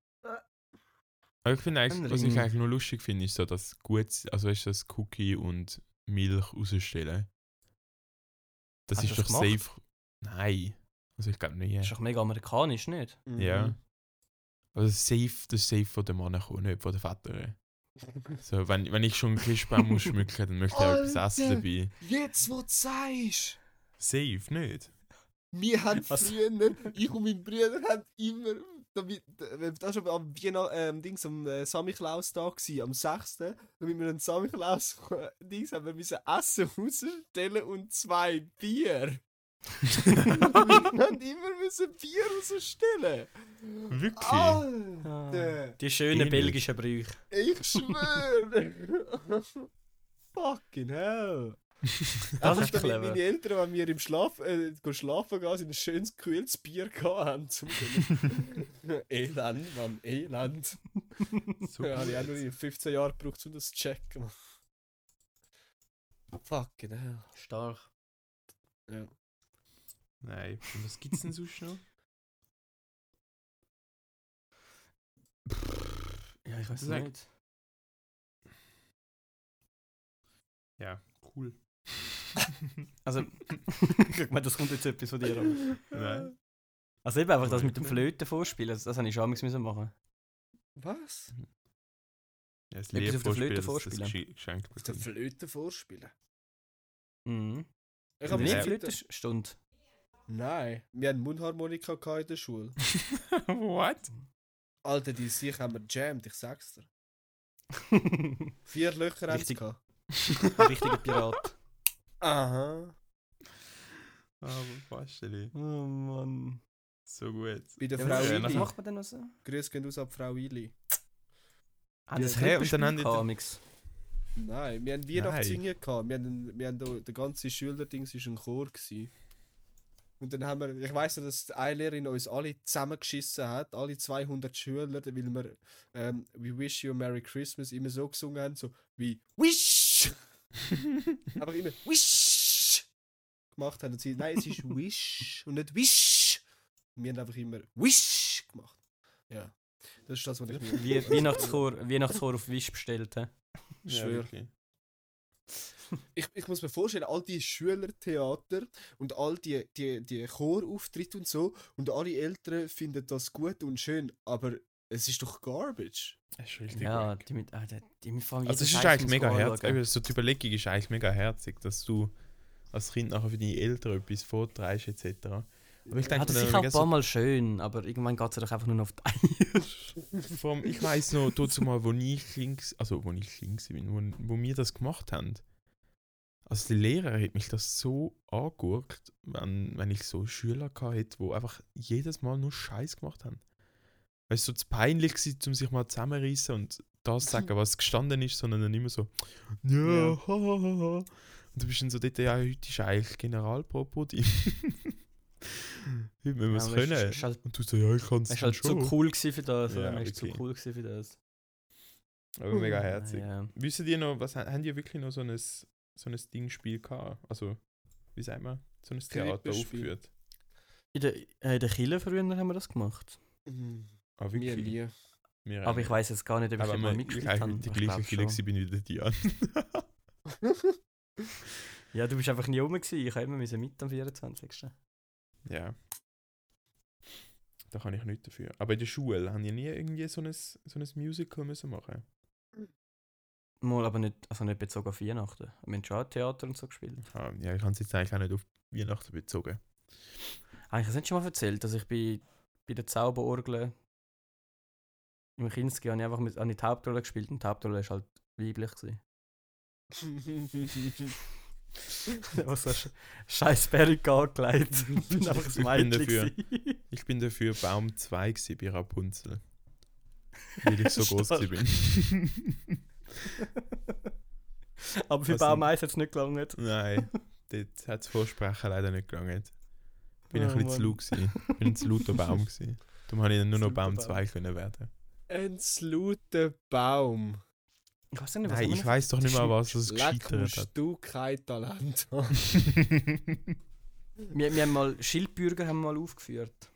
S3: Aber ich finde
S2: Ein
S3: eigentlich, was ich
S2: Ring.
S3: eigentlich nur lustig finde, ist so, dass gut, also weißt du, das Cookie und Milch rausstellen. Das
S2: Hast
S3: ist
S2: du
S3: doch
S2: das gemacht?
S3: safe. Nein. Also ich glaube nie.
S2: Das ist doch mega amerikanisch, nicht?
S3: Ja. Mhm. Also safe, das ist safe von dem Mann gekommen, nicht von den Vätern. So, wenn, wenn ich schon einen Christbaum muss schmücken, dann möchte ich auch
S4: Oh,
S3: etwas essen
S4: Alter.
S3: dabei.
S4: Jetzt, wo du sagst,
S3: Safe, nicht?
S4: wir haben
S2: Was?
S4: früher, ich und mein Bruder haben immer, damit, äh, das war am, Weihnacht- ähm, Dings, am äh, Samichlaustag, gewesen, am 6., damit wir einen Samichlaus-Dings haben, wir müssen Essen rausstellen und zwei Bier. wir haben immer müssen Bier rausstellen.
S3: Wirklich?
S4: Ah. Alter!
S2: Die schönen
S3: Ähnlich.
S2: belgischen Brüche.
S4: Ich schwöre! Fucking hell!
S2: Das
S4: Einfach
S2: ist
S4: damit
S2: clever.
S4: Meine Eltern, wenn wir im Schlaf, äh, go schlafen gehen, sind ein schönes, kühles Bier gehabt haben. Zum Glück. Elend, Mann, Elend.
S3: So
S4: Ja, habe ich auch
S3: gut.
S4: nur in 15 Jahren gebraucht, um das zu checken. Mann. Fucking hell.
S2: Stark.
S3: Nein, und was gibt's denn sonst noch?
S2: Ja, ich weiß
S3: Sag-
S2: nicht.
S3: Ja, cool.
S2: Also, ich meine, das kommt jetzt etwas von dir. ab.
S3: Nein.
S2: Also eben einfach das mit dem Flöten vorspielen, das, das habe ich schon amigs müssen machen.
S4: Was?
S3: Ja, das
S2: Etwas
S3: Lied
S2: auf der Flöte
S3: vorspielen, das, das
S2: vorspielen.
S3: Geschen- geschenkt
S4: Auf der
S3: bekommen.
S4: Flöte vorspielen?
S2: Mhm.
S4: Ich
S2: Wenn
S4: hab
S2: du
S4: das
S2: nicht
S4: mit der-
S2: flötest, Stunde.
S4: Nein, wir hatten Mundharmonika gehabt in der Schule.
S3: What?
S4: Alter, die sich haben wir jammed, ich sag's dir. Vier Löcher haben sie
S2: Richtig.
S4: gehabt.
S2: Richtiger Pirat.
S4: Aha.
S3: Aber fast ein
S2: Oh Mann.
S3: So gut.
S4: Bei der
S2: Ja,
S4: Frau
S2: was,
S3: Ili.
S2: was
S4: Willi.
S2: macht man denn noch so?
S4: Grüß gehen aus an die Frau Willi.
S2: Ah,
S4: Ja,
S2: das
S4: hä,
S2: ja,
S3: und dann haben die-
S2: Comics.
S4: Nein, wir haben Weihnachtssingen gehabt. Wir haben, wir haben da, der ganze Schülerdings war ein Chor. Gewesen. Und dann haben wir, ich weiss noch, dass eine Lehrerin uns alle zusammengeschissen hat, alle 200 Schüler, weil wir ähm, We Wish You a Merry Christmas immer so gesungen haben, so wie Wish! Aber immer Wish! gemacht haben. Und sie, nein, es ist Wish und nicht Wish! Und wir haben einfach immer Wish gemacht. Ja, das ist das, was ich mir
S2: Wie, Weihnachtschor, Weihnachtschor auf Wisch bestellt. hä?
S4: schwör.
S3: wirklich.
S4: ich, ich muss mir vorstellen, all die Schülertheater und all die, die, die Chorauftritte und so und alle Eltern finden das gut und schön, aber es ist doch Garbage.
S3: Das ist richtig
S2: Ja,
S3: ja,
S2: die mit. Ah, die, die mit Familie.
S3: Also es ist eigentlich mega herzig. Eben, So die Überlegung ist eigentlich mega herzig, dass du als Kind nachher für deine Eltern etwas vorträgst etc. Aber ich denke,
S2: Ah, das
S3: mir
S2: ist
S3: dann
S2: auch ein
S3: immer
S2: paar
S3: so,
S2: Mal schön, aber irgendwann geht es doch einfach nur noch auf die Eier.
S3: vor allem, ich weiß noch, dazu mal, wo ich links, also wo ich links bin, wo, wo wir das gemacht haben. Also die Lehrer hat mich das so angeguckt, wenn, wenn ich so Schüler gehabt hätte, die einfach jedes Mal nur Scheiß gemacht haben. Weil es so zu peinlich war, um sich mal zusammenreißen und das zu
S2: Mhm.
S3: sagen, was gestanden ist, sondern dann immer so, ja,
S4: Ja.
S3: ha, ha, ha. ha." Und du bist dann so dort, ja, heute ist eigentlich Generalpropotin. heute müssen wir es
S2: Ja, aber es
S3: können.
S2: ist- ist halt-
S3: und du so, ja, ich kann es
S2: Es war halt
S3: schon.
S2: zu cool gewesen für das.
S3: Ja,
S2: Ja, man ist zu
S3: wirklich.
S2: cool gewesen für das.
S3: Aber mega herzig.
S2: Ah, ja.
S3: Wisst ihr noch, was haben die wirklich noch so ein, so ein Ding-Spiel gehabt? Also, wie sagt man, so ein Theater
S4: Krippenspiel.
S3: aufgeführt?
S2: In der, äh, in der Kille früher haben wir das gemacht.
S3: Ah,
S4: Mir
S3: wirklich?
S4: nie.
S3: Wir auch
S2: Aber ich
S3: nicht.
S2: weiß jetzt gar nicht, ob ich
S3: Aber
S2: dort mal
S3: man- ich
S2: mitgespielt
S3: eigentlich
S2: habe.
S3: mit der
S2: aber ich
S3: gleichen
S2: glaub
S3: Kille
S2: schon.
S3: gewesen bin wie der Dian.
S2: Ja, du bist einfach nie rum gewesen. Ich habe immer müssen mit am 24.
S3: ja. Da kann ich nichts dafür. Aber in der Schule haben die nie irgendwie so ein, so ein Musical müssen machen.
S2: Mal aber nicht, also nicht bezogen auf Weihnachten. Wir haben schon auch Theater und so gespielt.
S3: Ah, Ja, ich habe es jetzt eigentlich auch nicht auf Weihnachten bezogen.
S2: Eigentlich, das hast du schon mal erzählt, dass ich bei, bei der Zauberorgel im Kinski habe ich einfach mit, habe ich die Hauptrolle gespielt und die Hauptrolle war halt weiblich. Gewesen. Was so sch- scheiß Perücke angelegt. Ich bin einfach das
S3: Ich bin
S2: Mädchen.
S3: dafür.
S2: gewesen.
S3: Ich bin dafür Baum 2 gewesen bei Rapunzel. Weil ich so groß
S2: Stark.
S3: gewesen bin.
S2: Aber für
S3: Was
S2: Baum
S3: denn?
S2: 1 hat es nicht gelangt.
S3: Nein, dort hat das Vorsprechen leider nicht gelangen. Bin ich
S2: Oh,
S3: ein bisschen zu
S2: Mann.
S3: laut gewesen. Bin ein zu lauter Baum gewesen. Darum habe ich dann nur noch
S2: Zu lauter
S3: Baum
S2: Baum.
S3: 2 können werden.
S4: Ein sluter Baum.
S2: Ich weiß nicht, was
S3: Nein,
S2: haben wir
S3: ich
S2: noch-
S3: weiß doch nicht mehr, was das
S4: Leck
S3: gescheitert hat.
S4: musst du kein Talent haben.
S2: wir, wir haben mal Schildbürger haben wir mal aufgeführt.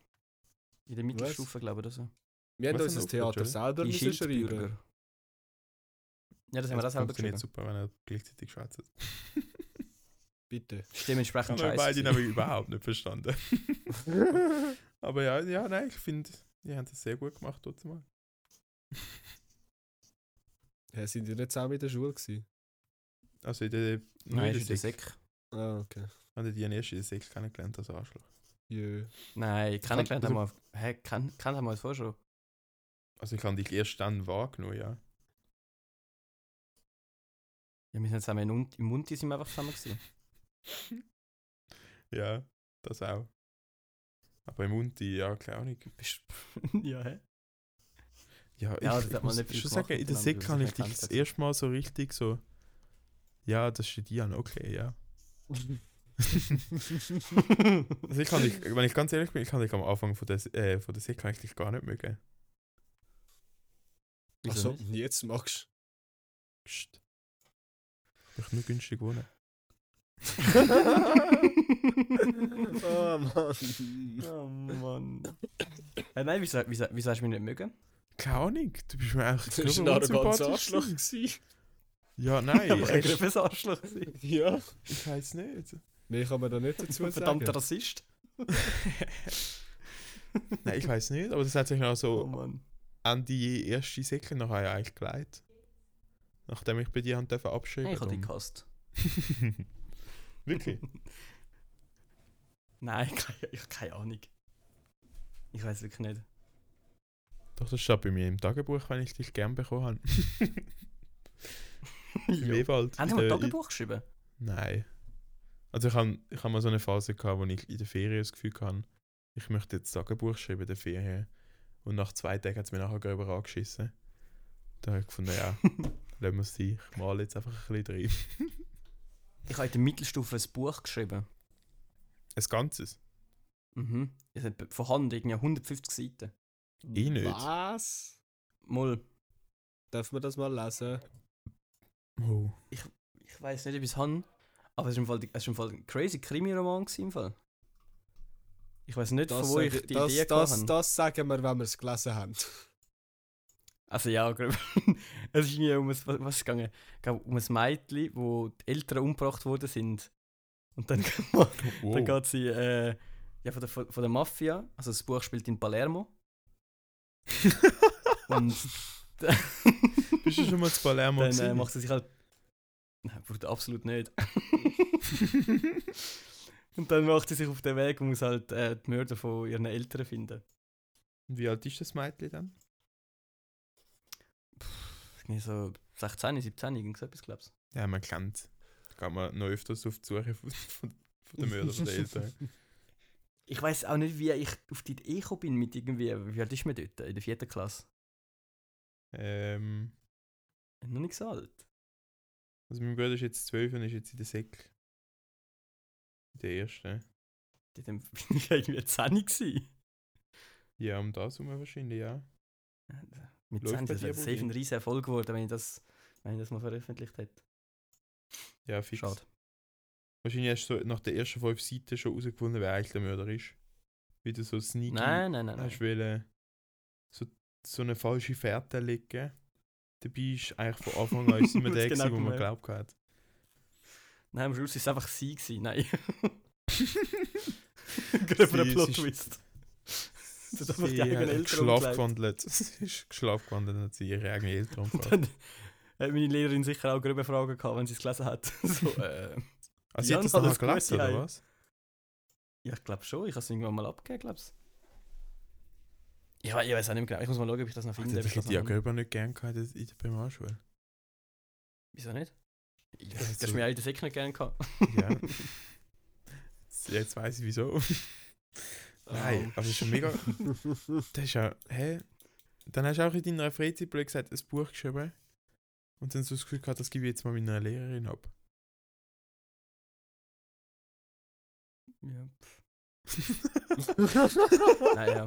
S2: In der Mittelstufe,
S4: Was?
S2: glaube ich, oder so.
S4: Wir haben
S3: Was
S4: uns
S3: denn
S4: das
S3: aufgeführt,
S4: Theater
S3: oder?
S4: selber
S2: Die
S4: müssen schreiben.
S2: Schildbürger. Ja, das haben wir auch
S3: Das
S2: selber
S3: funktioniert
S2: geschrieben.
S3: super, wenn er gleichzeitig schwätzt.
S4: Bitte.
S2: Dementsprechend
S3: Haben wir
S2: scheiße.
S3: beide
S2: gewesen.
S3: nämlich überhaupt nicht verstanden. Aber ja, ja, nein, ich finde, die haben das sehr gut gemacht dort mal.
S4: Ja, sind die nicht zusammen in der Schule gewesen?
S3: Also in der, nur
S2: Nein,
S3: in
S2: ist
S3: der
S2: der
S3: Sek.
S2: Sek.
S4: Ah, okay.
S3: Haben die erst in der Sek kennengelernt als Arschloch.
S4: Jö.
S2: Nein, kennengelernt haben
S3: Also-
S2: wir. auf- Hä, kenn- kennt haben wir uns vorher schon.
S3: Also ich habe dich erst dann wahrgenommen, ja.
S2: Ja, wir sind zusammen in Unti, im Munti sind wir einfach zusammen gewesen.
S3: Ja, das auch. Aber im Unti, ja, keine Ahnung.
S2: Bist- ja, hä?
S3: Ja, ich,
S2: Ja, das
S3: ich
S2: hat man
S3: muss
S2: nicht viel
S3: schon
S2: gemacht
S3: sagen, in der
S2: miteinander,
S3: Sek
S2: weil
S3: habe
S2: man
S3: ich
S2: sich
S3: dich
S2: erkannt
S3: das
S2: hat.
S3: erste Mal so richtig so, ja, das ist Dian, okay, ja. Also ich kann dich, wenn ich ganz ehrlich bin, ich kann dich am Anfang von der, S- äh, von der Sek eigentlich gar nicht mögen.
S2: Wieso
S4: Also,
S2: nicht?
S4: jetzt magst
S3: Psst. Ich nur günstig wohnen.
S4: du. oh Mann.
S2: oh Mann. Äh, nein, wieso, wieso, wieso hast du mich nicht mögen?
S3: Keine Ahnung, du bist mir einfach
S4: Das ist ein arrogantes Arschloch.
S3: gewesen.
S4: gewesen.
S3: Ja, nein,
S2: Aber ich
S3: ich,
S2: bin ein Arschloch. gewesen.
S4: Ja.
S3: ich weiß nicht.
S4: Mehr kann man da nicht dazu sagen.
S2: Verdammter Rassist.
S3: Nein, ich weiß nicht, aber das hat sich noch
S2: Oh
S3: so
S2: Mann.
S3: an die erste Säcke nachher ja eigentlich geleitet. Nachdem ich bei dir haben dürfen abschreiben.
S2: Hey, ich habe dich
S3: darum.
S2: gehasst.
S3: Wirklich?
S2: Nein, keine, ich habe keine Ahnung. Ich weiß wirklich nicht.
S3: Doch, das steht bei mir im Tagebuch, wenn ich dich gern bekommen habe. Im
S2: Jo.
S3: Ewald.
S2: Haben Sie
S3: in
S2: mal ein
S3: der- in-
S2: Tagebuch geschrieben?
S3: Nein. Also ich habe ich hab mal so eine Phase gehabt, wo ich in der Ferien das Gefühl hatte, ich möchte jetzt Tagebuch schreiben in der Ferien. Und nach zwei Tagen hat es mir nachher gerade angeschissen. Da habe ich gefunden, ja, lassen wir es sein. Ich male jetzt einfach ein bisschen drin.
S2: Ich habe in der Mittelstufe ein Buch geschrieben.
S3: Ein ganzes.
S2: Mhm. Es hat von Hand irgendwie 150 Seiten.
S3: Eh nicht.
S4: Was?
S2: Moll.
S4: Darf man das mal lesen?
S3: Oh.
S2: Ich weiß nicht, ob ich es habe, aber es war im Fall, es ist im Fall ein crazy Krimi-Roman. gewesen im Fall. Ich weiß nicht, von
S4: Das,
S2: wo
S4: sag-
S2: ich die
S4: das,
S2: Idee
S4: das,
S2: hatte.
S4: das, sagen wir, wenn wir es gelesen haben.
S2: Also ja, glaub- es ist irgendwie um ein, was, was ist gegangen? Ich glaub, um ein Mädchen, wo die Eltern umgebracht worden sind. Und dann, dann
S3: Wow.
S2: geht sie äh, ja, von, der, von von der Mafia, also das Buch spielt in Palermo. Und
S3: Bist du schon mal zu Palermo
S2: dann äh,
S3: gewesen?
S2: macht sie sich halt. Nein, Bruder, absolut nicht. und dann macht sie sich auf den Weg und muss halt äh, die Mörder von ihren Eltern finden.
S3: Und Wie alt ist das Mädchen dann?
S2: Irgendwie so 16, 17, irgend so etwas, glaubst
S3: Ja, man kennt. Da kann man noch öfters auf die Suche von, von, von den Mördern der Eltern.
S4: Genau.
S2: Ich weiß auch nicht, wie ich auf die Idee gekommen bin mit irgendwie. Wie alt ist man dort? In der vierten Klasse?
S3: Ähm,
S2: Noch nicht so alt.
S3: also mein Bruder ist jetzt 12 und ist jetzt in der Sek. Der erste.
S2: Dort bin ich irgendwie 10 gewesen.
S3: Ja, um das herum wahrscheinlich, ja.
S2: Mit
S3: Läuft
S2: 10
S3: bei
S2: das
S3: dir,
S2: wäre safe
S3: Budi?
S2: ein riesen Erfolg geworden, wenn ich das, wenn ich das mal veröffentlicht hätte.
S3: Ja, fix.
S2: Schade.
S3: Wahrscheinlich hast du so nach den ersten fünf Seiten schon herausgefunden, wer eigentlich der Mörder ist. Wie du so sneaky
S2: Nein, nein, nein. nein.
S3: hast wollen, so, so eine falsche Fährte legen. Dabei ist eigentlich von Anfang an ist immer der,
S2: Hat's genau
S3: genau wo man
S2: gemerkt.
S3: geglaubt hat.
S2: Nein, am Schluss war es einfach sie. Gewesen. Nein.
S3: Sie-
S2: Gröber
S3: sie
S2: Plot
S3: ist-
S2: Twist. sind einfach die
S3: Sie
S2: eigenen
S3: hat
S2: Eltern umgelegt.
S3: geschlafgewandelt. Sie ist geschlafgewandelt und hat sie ihre eigenen Eltern umgebracht.
S2: Dann hat meine Lehrerin sicher auch grobe Fragen gehabt, wenn sie es gelesen hat. so, äh,
S3: Also sie
S2: Ja,
S3: hat das
S2: und
S3: nachher
S2: alles Gute
S3: gelesen, oder
S2: heim.
S3: was?
S2: ja, ich glaube schon. Ich habe es irgendwann mal abgegeben, glaube ich. Ja, ich weiß auch nicht mehr genau. Ich muss mal schauen, ob ich das noch finde. ob
S3: Das
S2: ich
S3: hätte ich
S2: das
S3: ja
S2: noch finde.
S3: selber nicht gern gehabt in der Primarschule.
S2: Wieso nicht? Ich,
S3: Ja,
S2: das
S3: so-
S2: hast du mir auch in der Fick nicht gerne gehabt.
S3: Ja. Jetzt, jetzt weiß ich wieso. Nein,
S2: Oh.
S3: aber es ist schon mega. Das ist ja. Hä? Dann hast du auch in deiner Freizeit blöd gesagt, ein Buch geschrieben. Und dann so das Gefühl gehabt, das gebe ich jetzt mal meiner Lehrerin ab.
S2: Ja.
S3: Naja.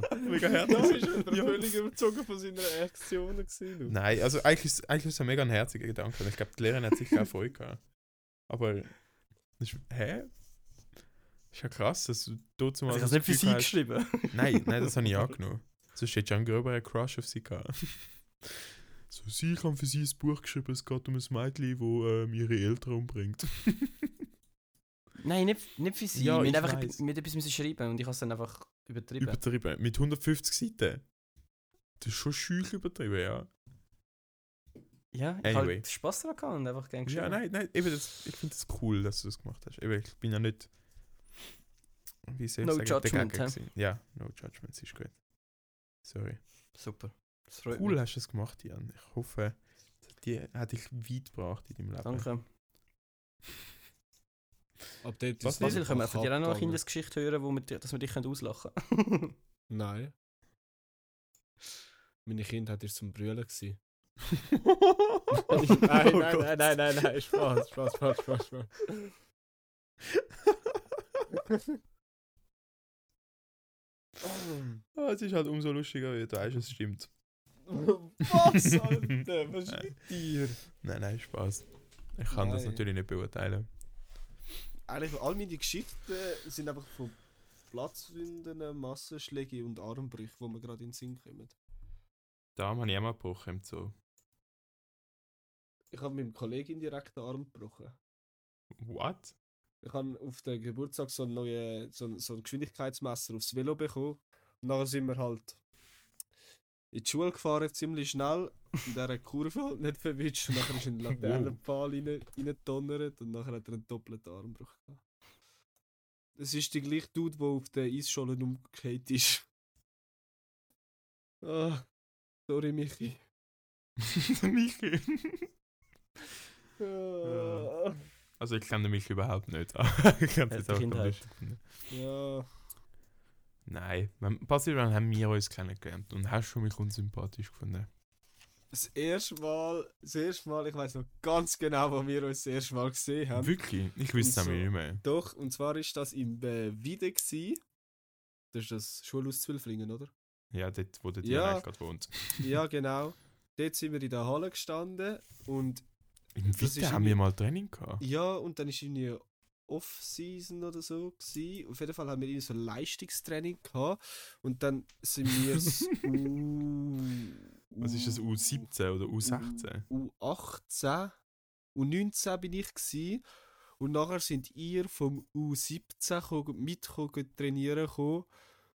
S2: ja.
S3: Mega hart.
S4: Das ist aber
S3: Ja.
S4: völlig überzogen von seiner Aktionen gewesen. du.
S3: Nein, also eigentlich ist, eigentlich ist es ein mega ein herziger Gedanke. Ich glaube, die Lehrerin hat sicher auch Freude gehabt. Aber. Das ist, hä? Ist ja krass, dass du dazu
S2: Also ich habe es nicht für sie geschrieben.
S3: Nein, nein, das habe ich angenommen. Sonst hätte John Gerber einen Crush auf sie gehabt. So, sie ich habe für sie ein Buch geschrieben, es geht um ein Mädchen, wo ähm, ihre Eltern umbringt.
S2: Nein, nicht, nicht für sie.
S3: Ja,
S2: wir
S3: ich
S2: haben einfach
S3: weiss.
S2: mit etwas müssen schreiben und ich habe es dann einfach übertrieben.
S3: Übertrieben. Mit 150 Seiten. Das ist schon schüch übertrieben, ja.
S2: ja, ich
S3: Anyway.
S2: habe Spaß daran gehabt und einfach gerne geschrieben.
S3: Ja, nein, nein, eben, das, ich finde das cool, dass du das gemacht hast. Eben, ich bin ja nicht. Wie soll ich
S2: No
S3: sagen,
S2: judgment,
S3: dagegen
S2: hä?
S3: gewesen. Ja, no judgment, ist gut. Sorry.
S2: Super. Das freut
S3: Cool
S2: mich.
S3: hast du das gemacht, Jan. Ich hoffe, die hat dich weit gebracht in deinem Leben.
S2: Danke.
S4: Ab dort ist
S3: Was,
S4: es
S2: Basil,
S4: einfach
S2: können wir von dir auch noch eine
S4: abgegangen.
S2: Kindesgeschichte hören, wo wir, di- dass wir dich können auslachen können?
S4: Nein. Meine Kindheit war zum Brüllen. Gewesen. nein,
S2: Oh
S4: nein,
S2: Gott.
S4: nein, nein, nein, nein, Spaß, Spaß, Spaß, Spaß, Spaß.
S3: Ah, es ist halt umso lustiger, wie du weißt, es stimmt.
S4: Was, Alter? Was ist mit dir?
S3: Nein, nein, Spaß. Ich kann das
S4: Nein.
S3: natürlich nicht beurteilen.
S4: Eigentlich, all meine Geschichten sind einfach von Platzwünden, Massenschlägen und Armbrüchen, wo mir gerade in den Sinn kommen.
S3: Darm habe ich auch mal gebrochen im Zoo.
S4: Ich habe meinem Kollegen direkt den Arm gebrochen.
S3: What?
S4: Ich habe auf den Geburtstag so ein neues so, ein- so ein Geschwindigkeitsmesser aufs Velo bekommen. Und nachher sind wir halt in die Schule gefahren, ziemlich schnell. In dieser Kurve halt nicht verwischt. Und nachher ist ein Laternenpfahl rein- reingedonnert. Und nachher hat er einen doppelten Armbruch gehabt. Das ist der gleiche Dude, der auf den Eisschollen umgekehrt ist. Ah, sorry, Michi.
S3: Michi.
S4: Ah.
S3: Also ich kenne mich überhaupt nicht. aber ich kann das
S2: Äh,
S3: auch
S2: die Kindheit.
S3: ganz lustig finden.
S4: Ja.
S3: Nein, wenn- Basil, wann haben wir uns kennengelernt? Und hast du mich unsympathisch gefunden?
S4: Das erste Mal, das erste Mal, ich weiß noch ganz genau, wo wir uns das erste Mal gesehen haben.
S3: Wirklich? Ich wüsste es
S4: Wieso?
S3: nämlich nicht mehr.
S4: Doch, und zwar ist das im äh, Wiede gsi. Das ist das Schulhaus Zwilflingen, oder?
S3: Ja, dort, wo der
S4: Ja.
S3: Dialekt gerade wohnt.
S4: ja, genau. Dort sind wir in der Halle gestanden und
S3: Im
S4: Das ist
S3: Winter haben wir
S4: irgendwie-
S3: mal Training gehabt.
S4: ja, und dann ist irgendwie Off-Season oder so gsi. Auf jeden Fall haben wir irgendwie so Leistungstraining gehabt und dann sind wir s- U,
S3: Was ist das,
S4: U,
S3: U17 oder U16?
S4: U18, U19 bin ich gsi. Und nachher sind ihr vom U17 gekommen- mitgekommen, trainieren gekommen.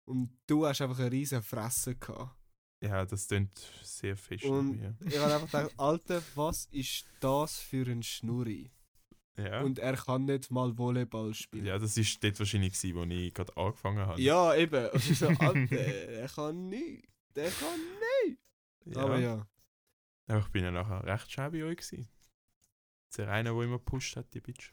S4: Und du hast einfach eine riesen Fresse gehabt.
S3: Ja, das klingt sehr fisch.
S4: Und-
S3: ja.
S4: Ich habe einfach gedacht, Alter, was ist das für ein Schnurri?
S3: Ja.
S4: Und er kann nicht mal Volleyball spielen.
S3: Ja, das war dort wahrscheinlich, gewesen, wo ich gerade angefangen habe.
S4: Ja, eben. Und ich so, Alter, er kann nicht. Er kann nicht.
S3: Ja.
S4: Aber ja.
S3: Aber ich bin ja nachher recht schön bei euch. Gewesen. Der eine, der immer gepusht hat, die Bitch.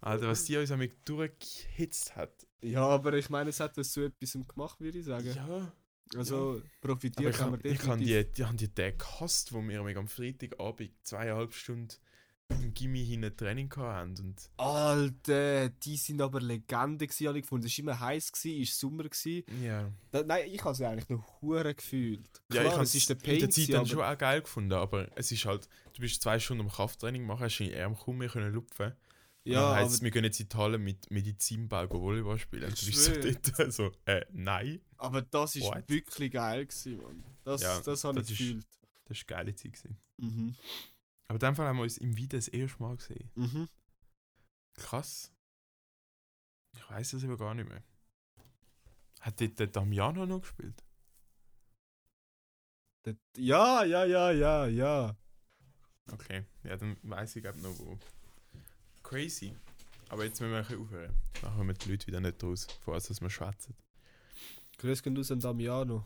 S3: Alter, was die uns am Mittag durchgehitzt hat.
S4: ja, aber ich meine, es hat das zu etwas gemacht, würde ich sagen.
S3: Ja.
S4: also
S3: Aber
S4: profitiert
S3: ich
S4: haben
S3: habe
S4: wir
S3: ich hab
S4: definitiv.
S3: die, die, hab die Tag gehasst, wo wir mich am Freitagabend zweieinhalb Stunden im Gimmi hinten Training hatten. Und
S4: Alter, die sind aber Legende gewesen, habe ich gefunden. Es war immer heiß, gewesen, es war Sommer. Gewesen.
S3: ja.
S4: Da, nein, ich habe es eigentlich noch hure gefühlt.
S3: Ja, ich
S4: Klar,
S3: habe
S4: es ist der
S3: mit
S4: Pain,
S3: der Zeit
S4: gewesen,
S3: dann
S4: aber
S3: schon auch geil gefunden, aber es ist halt, du bist zwei Stunden am Krafttraining machen, hast deine Ärmel kaum mehr können lupfen. Und
S4: ja,
S3: dann
S4: aber
S3: heisst, es, wir gehen jetzt in die Halle mit Medizinball go Volleyball spielen.
S4: Ich
S3: Du bist so
S4: schwöre.
S3: dort, also, äh, nein.
S4: Aber das ist
S3: What?
S4: wirklich geil gewesen, Mann. Das,
S3: Ja,
S4: das habe
S3: das ist-
S4: ich gefühlt.
S3: Das war eine geile Zeit. Gewesen.
S4: Mhm.
S3: Aber in dem Fall haben wir uns im Video das erste Mal gesehen.
S4: Mhm.
S3: Krass. Ich weiß das aber gar nicht mehr. Hat dort der Damiano noch gespielt?
S4: Das- Ja, ja, ja, ja, ja.
S3: Okay, ja, dann weiß ich glaub noch wo. Crazy. Aber jetzt müssen wir ein bisschen aufhören. Dann kommen die Leute wieder nicht raus, vor allem, dass wir schwätzen.
S4: Grüß gehen aus an Damiano.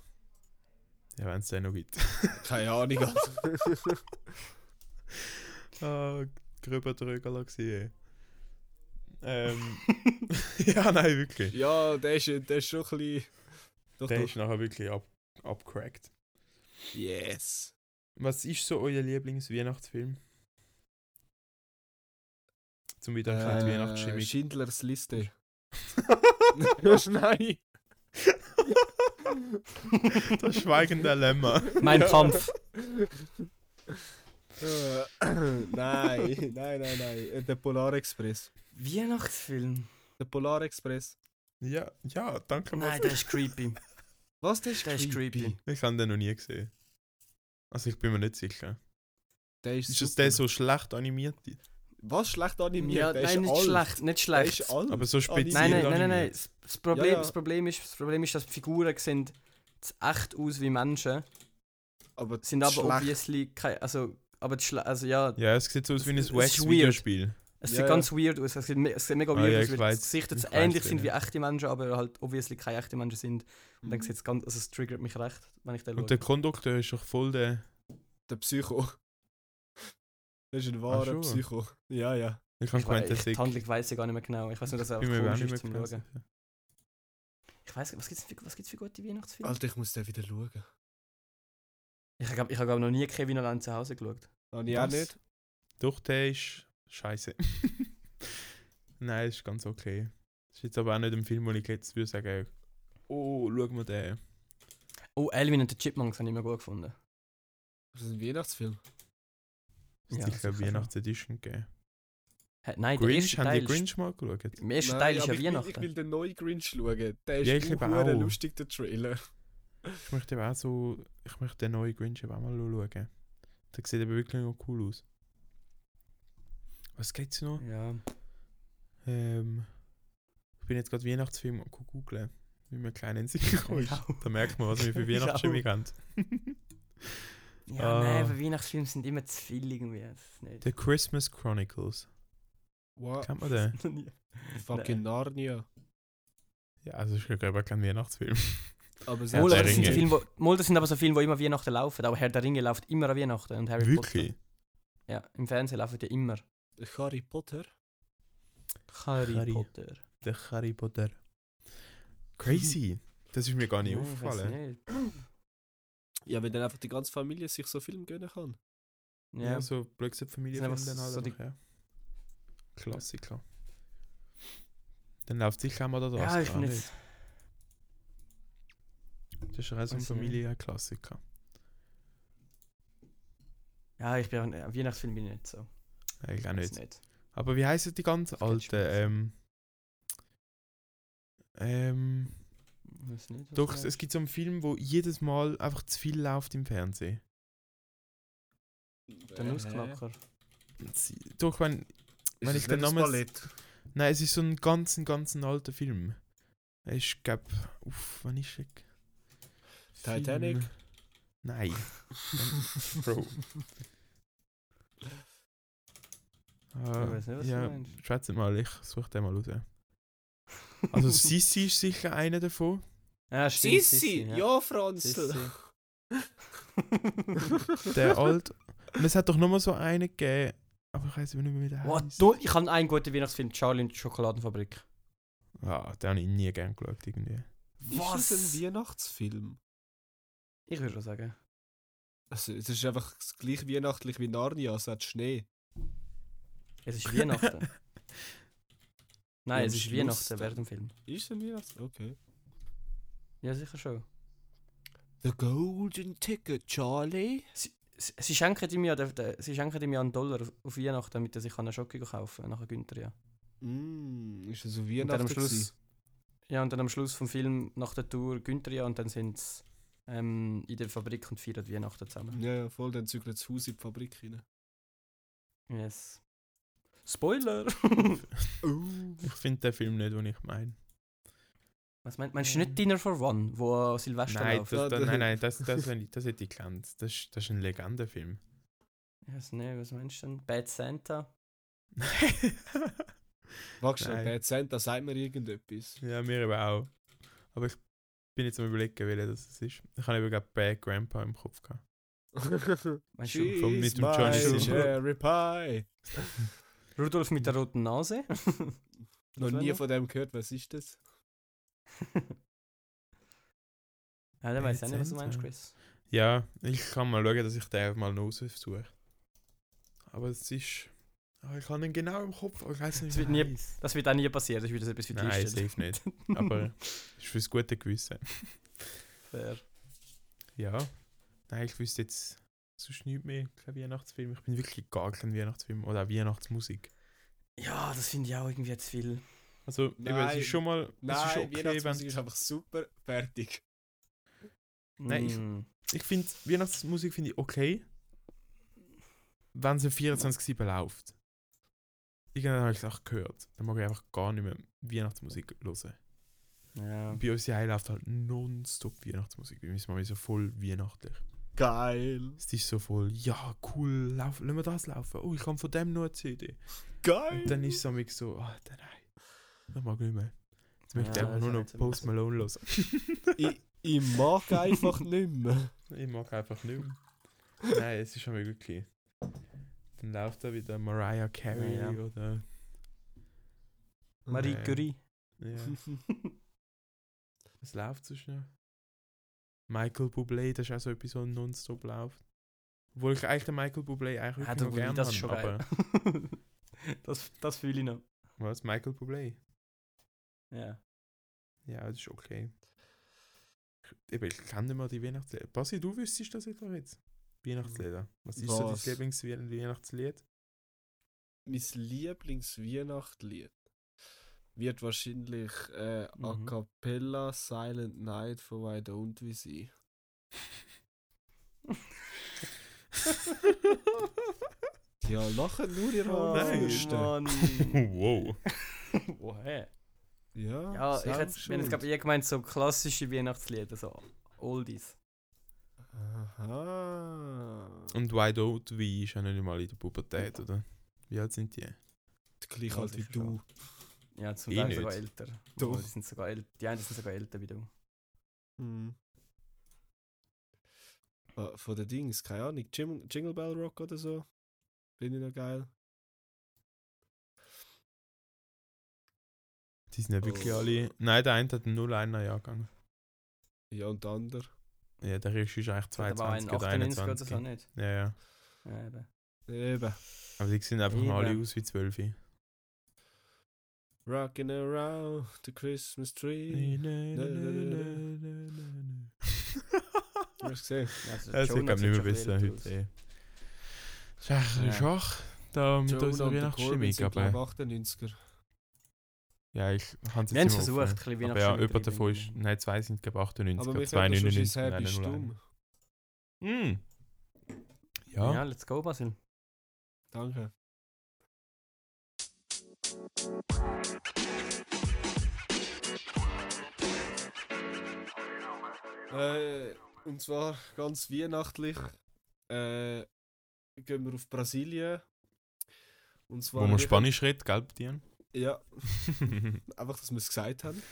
S3: Ja, wenn es den noch gibt.
S4: Keine Ahnung. Alter.
S3: Ah, gröber Drögerler gesehen. Ähm. ja, nein, wirklich.
S4: ja, der ist, der ist schon ein bisschen. Doch,
S3: Der
S4: doch.
S3: ist nachher wirklich ab, abcrackt.
S4: Yes.
S3: Was ist so euer Lieblings-Weihnachtsfilm? Zum wieder ein bisschen die
S4: Äh,
S3: Weihnachtsschimmung.
S4: Schindlers Liste.
S3: Nein! das schweigende Lämmer.
S2: Mein Kampf.
S4: Äh, nein, nein, nein, nein. Äh, Der Polarexpress.
S2: Weihnachtsfilm?
S4: Der Polarexpress.
S3: Ja, ja, danke mal.
S4: also
S2: Nein, der ist creepy.
S4: Was, dus der ist
S2: Der ist creepy.
S3: Ich habe den noch nie gesehen. Also ich bin mir nicht sicher.
S4: Der ist,
S3: Ist das
S4: super.
S3: der so schlecht animiert?
S4: Was, schlecht animiert?
S2: Ja,
S4: der
S2: nein, nicht
S4: ist alt.
S2: schlecht, nicht
S4: Der
S2: schlecht.
S4: ist alt.
S3: Aber so speziell
S2: Nein, nein,
S3: Ziel
S2: nein, nein, nein.
S3: animiert.
S2: Das das Problem,
S4: Ja, ja.
S2: Das, Problem ist, das Problem ist, dass die Figuren sehen zu echt aus wie Menschen,
S4: Aber
S2: sind aber
S4: schlecht.
S2: obviously keine, also, aber die Schle also ja,
S3: Ja, es sieht so aus wie ein
S2: Das ist weird.
S3: Wax-Videospiel.
S2: es
S4: Ja,
S2: sieht
S4: ja.
S2: ganz weird aus, es sieht, me- es sieht mega
S3: Ah,
S2: weird
S3: ja,
S2: aus,
S3: ich
S2: weil
S3: weiß,
S2: die Gesichter
S3: ich
S2: zu
S3: weiß genau.
S2: ähnlich
S3: den,
S2: sind wie
S3: ja.
S2: echte Menschen, aber halt obviously keine echten Menschen sind. Und dann sieht's ganz, also es triggert mich recht, wenn ich den
S3: Mhm. Und
S2: schaue.
S3: der Kondukteur ist doch voll der...
S4: Der Psycho. Das ist ein
S3: Ach
S4: wahrer
S3: schon.
S4: Psycho. Ja, ja.
S3: Ich habe
S2: Ich wei-
S3: gemeint, der
S2: ich,
S3: sei...
S2: die Handlung weiss ich gar nicht mehr genau. Ich weiß nur, dass er
S3: bin mir
S2: einfach
S3: auch
S2: komisch ist
S3: nicht mehr
S2: zum
S3: ganz
S2: Schauen.
S3: sicher.
S2: Ich weiß was gibt's für, was gibt's für gute Weihnachtsfilme?
S4: Alter, ich muss den wieder schauen.
S2: Ich glaube, ich habe noch nie Kevin allein zu Hause geschaut.
S4: Habe ich auch
S3: Was?
S4: nicht.
S3: Doch, der ist... Scheiße. nein, ist ganz okay. Ist jetzt aber auch nicht ein Film, wo ich jetzt würde sagen... Oh, schau mal den.
S2: Oh, Elvin und die Chipmunks habe ich immer gut gefunden.
S4: Das ist ein Weihnachtsfilm.
S3: Es
S2: Ja,
S3: hat sicher
S2: sicher
S3: eine
S2: schon.
S3: Weihnachts-Edition gegeben.
S2: Hä, nein, der
S3: Grinch,
S2: erste
S3: haben
S2: Teil
S3: die
S2: ist,
S3: Grinch mal geschaut?
S2: im ersten
S4: Nein,
S2: Teil ist
S4: aber
S2: ja
S4: ich will-
S2: Weihnachten.
S4: Ich will den neuen Grinch schauen. Der ist
S3: Ja, ich
S4: ja,
S3: eben auch.
S4: lustig, der Trailer.
S3: Ich möchte eben auch so... Ich möchte den neuen Grinch eben auch mal schauen. Der sieht eben wirklich noch cool aus. Was geht's noch?
S2: ja.
S3: Ähm, ich bin jetzt gerade Weihnachtsfilm am googeln, wie mir klein in den Sinn gekommen ist.
S2: auch.
S3: Da merkt man, was wir für
S2: Ich
S3: Weihnachtsstimmung
S2: auch.
S3: haben.
S2: Ja,
S3: Ah.
S2: nein, aber Weihnachtsfilme sind immer zu viel irgendwie. Das ist nicht.
S3: The Christmas Chronicles.
S2: Ah.
S4: Wow.
S3: Kennt man den?
S4: Fucking Narnia. Ah,
S3: Ja, also ist ja aber kein Weihnachtsfilm.
S4: Aber
S3: Herr
S2: Mol,
S3: der
S2: aber das, sind
S3: Ringe.
S2: Filme, wo, Mol, das sind aber so Filme, die immer Weihnachten laufen. Auch Herr der Ringe läuft immer an Weihnachten und Harry
S3: Wirklich?
S2: Potter. Ja, im Fernsehen laufen die immer.
S4: Harry Potter?
S2: Harry,
S3: Harry.
S2: Potter.
S3: Der Harry Potter. Crazy. Das ist mir gar nicht
S2: Ja, ich weiss
S3: aufgefallen.
S2: nicht.
S4: Ja, wenn dann einfach die ganze Familie sich so Film gönnen kann.
S2: Ja.
S3: Ja, so blödsinn Familie
S2: Sind einfach
S3: dann alle
S2: so die-
S3: noch, ja. Klassiker. Dann läuft sicher auch mal da
S2: ja, ich bin jetzt.
S3: Das ist ja auch so ein
S2: Weiss nicht.
S3: Familienklassiker.
S2: Ja, ich bin auch, ja, Weihnachtsfilm bin ich nicht so.
S3: Eigentlich auch
S2: Weiss
S3: nicht. Aber wie heißen die ganz
S2: geht
S3: alten?
S2: schon.
S3: Ähm, ähm,
S2: Weiss nicht, was
S3: doch,
S2: du
S3: es
S2: meinst.
S3: gibt so einen Film, wo jedes Mal einfach zu viel läuft im Fernsehen.
S2: Der Nussknacker.
S3: Sie- Doch, wenn. Wenn ich den Namen- Nein, es ist so ein ganz, ein ganz alter Film. Er ist, glaub. Uff, wann ist er? g-
S4: Titanic?
S3: Film- Nein. Bro.
S2: Ich weiss nicht, was du
S3: Ah, ja,
S2: meinst.
S3: schwätzt mal, ich suche den mal raus. Also, Sissi ist sicher einer davon.
S2: Ja, stimmt,
S4: Sissi! Ja,
S2: Sissi.
S4: Franzl!
S3: Der alt. Und es hat doch nochmal so einen gegeben. Aber ich weiß nicht mehr, wie der
S2: Oh,
S3: heisst.
S2: du, ich habe einen guten Weihnachtsfilm, Charlie und die Schokoladenfabrik.
S3: Ah, den habe ich nie gern geschaut, irgendwie.
S4: Was? Ist das ein Weihnachtsfilm?
S2: Ich würde schon sagen.
S4: Also, es ist einfach das gleiche weihnachtlich wie Narnia, es hat Schnee.
S2: Es ist Weihnachten. Nein,
S4: Ja,
S2: es
S4: am
S2: ist
S4: Schluss
S2: Weihnachten
S4: dann.
S2: während dem Film.
S4: Ist es ein Weihnachtsfilm? Okay.
S2: Ja, sicher schon.
S4: The Golden Ticket, Charlie.
S2: Sie, sie schenken ihm ja den- den- sie schenken ihm ja einen Dollar auf- auf Weihnachten, damit er sich einen Schocke kaufen kann, nachher Günther ja.
S4: Mm, ist das ein
S2: Und dann
S4: Weihnachten?
S2: am Schluss. Ja, und dann am Schluss vom Film nach der Tour Günther ja und dann sind sie ähm, in der Fabrik und feiern Weihnachten zusammen.
S4: gewesen? Ja, ja, voll, dann zügelt das Haus in die Fabrik rein.
S2: Yes. Spoiler!
S4: Oh.
S3: Ich finde den Film nicht, den ich meine.
S2: Was meinst, meinst du nicht Dinner for One, wo an Silvester
S3: Nein,
S2: läuft?
S3: Ah, das,
S4: Ja,
S3: da,
S4: das-
S3: nein, nein, das, das, das, das hätte ich gelernt. Das, ist- das ist ein Legendenfilm.
S2: Ich weiß nicht, was meinst du denn? Bad Santa?
S4: Wachst du
S3: Nein.
S4: Bad Santa, sagt mir irgendetwas.
S3: ja, mir eben auch. Aber ich bin jetzt am überlegen, welcher das es ist. Ich habe eben gerade Bad Grandpa im Kopf gehabt.
S2: Meinst du
S4: She's
S3: Von- mit dem
S4: my
S3: Johnny
S2: Depp.
S4: Cherry Pie.
S2: Rudolf mit der roten Nase?
S4: Noch
S2: Das war
S4: nie
S2: noch-
S4: von dem gehört, was ist das?
S2: ja, der
S3: Bad
S2: weiß auch nicht, was du
S3: Santa.
S2: meinst, Chris.
S3: Ja, ich kann mal schauen, dass ich den mal noch suche. Aber es ist. Ah, ich habe ihn genau im Kopf, aber ich weiß nicht,
S2: Es wird
S3: wie er
S2: nie-
S3: heisst.
S2: Das wird auch nie passieren, das ist wieder etwas für die
S3: Nein,
S2: Liste.
S3: safe nicht. Aber ist fürs gute Gewissen.
S2: Fair.
S3: Ja. Nein, ich wüsste jetzt sonst nicht mehr kein Weihnachtsfilm. Ich bin wirklich gar kein Weihnachtsfilm oder auch Weihnachtsmusik.
S2: Ja, das finde ich auch irgendwie jetzt viel.
S3: Also, eben, es
S4: Nein.
S3: ist schon mal. es ist
S4: Nein,
S3: okay,
S4: Weihnachtsmusik
S3: wenn.
S4: ist einfach super. Fertig.
S3: Nein, ich-
S2: Mm.
S3: Ich finde, Weihnachtsmusik finde ich okay, wenn sie 24-7 läuft. Irgendwann habe ich es auch gehört. Dann mag ich einfach gar nicht mehr Weihnachtsmusik hören.
S2: Ja.
S3: Und bei uns hier läuft halt nonstop Weihnachtsmusik. Wir sind mal so voll weihnachtlich.
S4: Geil.
S3: Es ist so voll, ja, cool, lauf, lassen wir das laufen. Oh, ich kann von dem noch eine CD.
S4: Geil.
S3: Und dann ist es am Ende so, ah, dann nein. Ich mag nicht mehr. Jetzt möchte
S2: Ja,
S3: ich einfach nur
S2: das
S3: noch
S2: ist auch
S3: Post Malone hören.
S4: ich, ich mag einfach nicht mehr.
S3: Ich mag einfach nicht mehr. Nein, es ist schon mal wirklich. Dann läuft da wieder Mariah Carey
S2: Ja, ja.
S3: oder.
S2: Marie
S3: Nein.
S2: Curie.
S3: Ja. Es läuft so schnell. Michael Bublé, das ist auch so etwas, was nonstop läuft. Obwohl ich eigentlich den Michael Bublé eigentlich
S2: Ah, der
S3: wirklich noch
S2: Bulli,
S3: gerne
S2: das ist
S3: habe,
S2: schon
S3: aber
S2: geil. das, das fühle ich noch.
S3: was Michael Bublé?
S2: Ja.
S3: Ja, das ist okay. Ich- Eben, ich kenne nicht mal die Weihnachtslieder. Basi, du wüsstest das jetzt auch jetzt. Weihnachtslieder. Was ist so
S4: Was?
S3: dein Lieblingsweihnachtslied?
S4: mein Lieblingsweihnachtslied wird wahrscheinlich äh,
S2: Mhm.
S4: A Cappella Silent Night von Why Don't We sein. Ja, lachen nur ihr
S3: Oh,
S2: Oh,
S3: Nein.
S4: Armbrüste.
S2: Mann.
S3: wow.
S2: Woher?
S4: Ja,
S2: Oh, Ja, ich
S4: selbst
S2: hätte
S4: schuld.
S2: jetzt gerade eher gemeint, so klassische Weihnachtslieder, so Oldies.
S4: Aha.
S3: Und Why Don't We ist ja nicht mal in der Pubertät, oder? Wie alt sind die?
S4: Gleich
S2: Ja,
S4: alt wie
S2: sicher schon.
S4: du.
S2: Ja, zum
S3: Eh
S2: Teil
S3: nicht.
S2: sogar älter.
S4: Doch.
S2: Obwohl, Die, sind sogar äl- die einen sind sogar älter wie du.
S4: Mhm. Ah, Von den Dings, keine Ahnung, Jim, Jingle Bell Rock oder so. Bin ich noch geil.
S3: Die sind ja wirklich
S4: Oh.
S3: alle. Nein, der eine hat einen 01er Jahrgang.
S4: Ja, und der andere.
S3: Ja, der Rest ist eigentlich
S2: Hat aber auch einen
S3: 22
S2: 98
S3: oder
S2: oder so ne?
S3: 21.
S2: nicht.
S3: Ja, ja.
S2: Ja, eben.
S4: Eben.
S3: Aber die sehen einfach
S2: Eben.
S3: mal alle aus wie Also, 12.
S4: Rocking around the Christmas tree. Hast du
S3: Das
S4: gesehen?
S2: Also,
S3: wird
S2: Jonah
S3: glaube
S2: sieht
S3: ich nicht mehr
S2: schon
S3: besser
S2: älter aus.
S3: heute. eh. Schach,
S2: Ja.
S3: Schach, da mit
S4: Joan
S3: unserer
S4: und der Corbin
S3: Weihnachtsstimmung,
S4: sind, glaub
S3: aber...
S4: 98er.
S3: Ja, ich habe
S2: Wir haben es versucht, ein bisschen
S3: Aber ja,
S2: Weihnachtsstimmung
S3: jemand
S2: zu
S3: davon ist...
S2: bringen.
S3: Nein, zwei sind glaube ich 98,
S4: Aber
S3: aber
S4: wir
S3: zwei
S4: können schon
S3: 99 und
S4: sein Happy
S3: einer 01.
S4: stumm. Hm.
S3: Mm.
S2: Ja.
S3: Ja,
S2: let's go, Basil.
S4: Danke. Äh, und zwar ganz weihnachtlich äh, gehen wir auf Brasilien. Und zwar
S3: wo man
S4: wird-
S3: Spanisch redet, gell, Dian?
S4: Ja, einfach, dass wir es gesagt haben.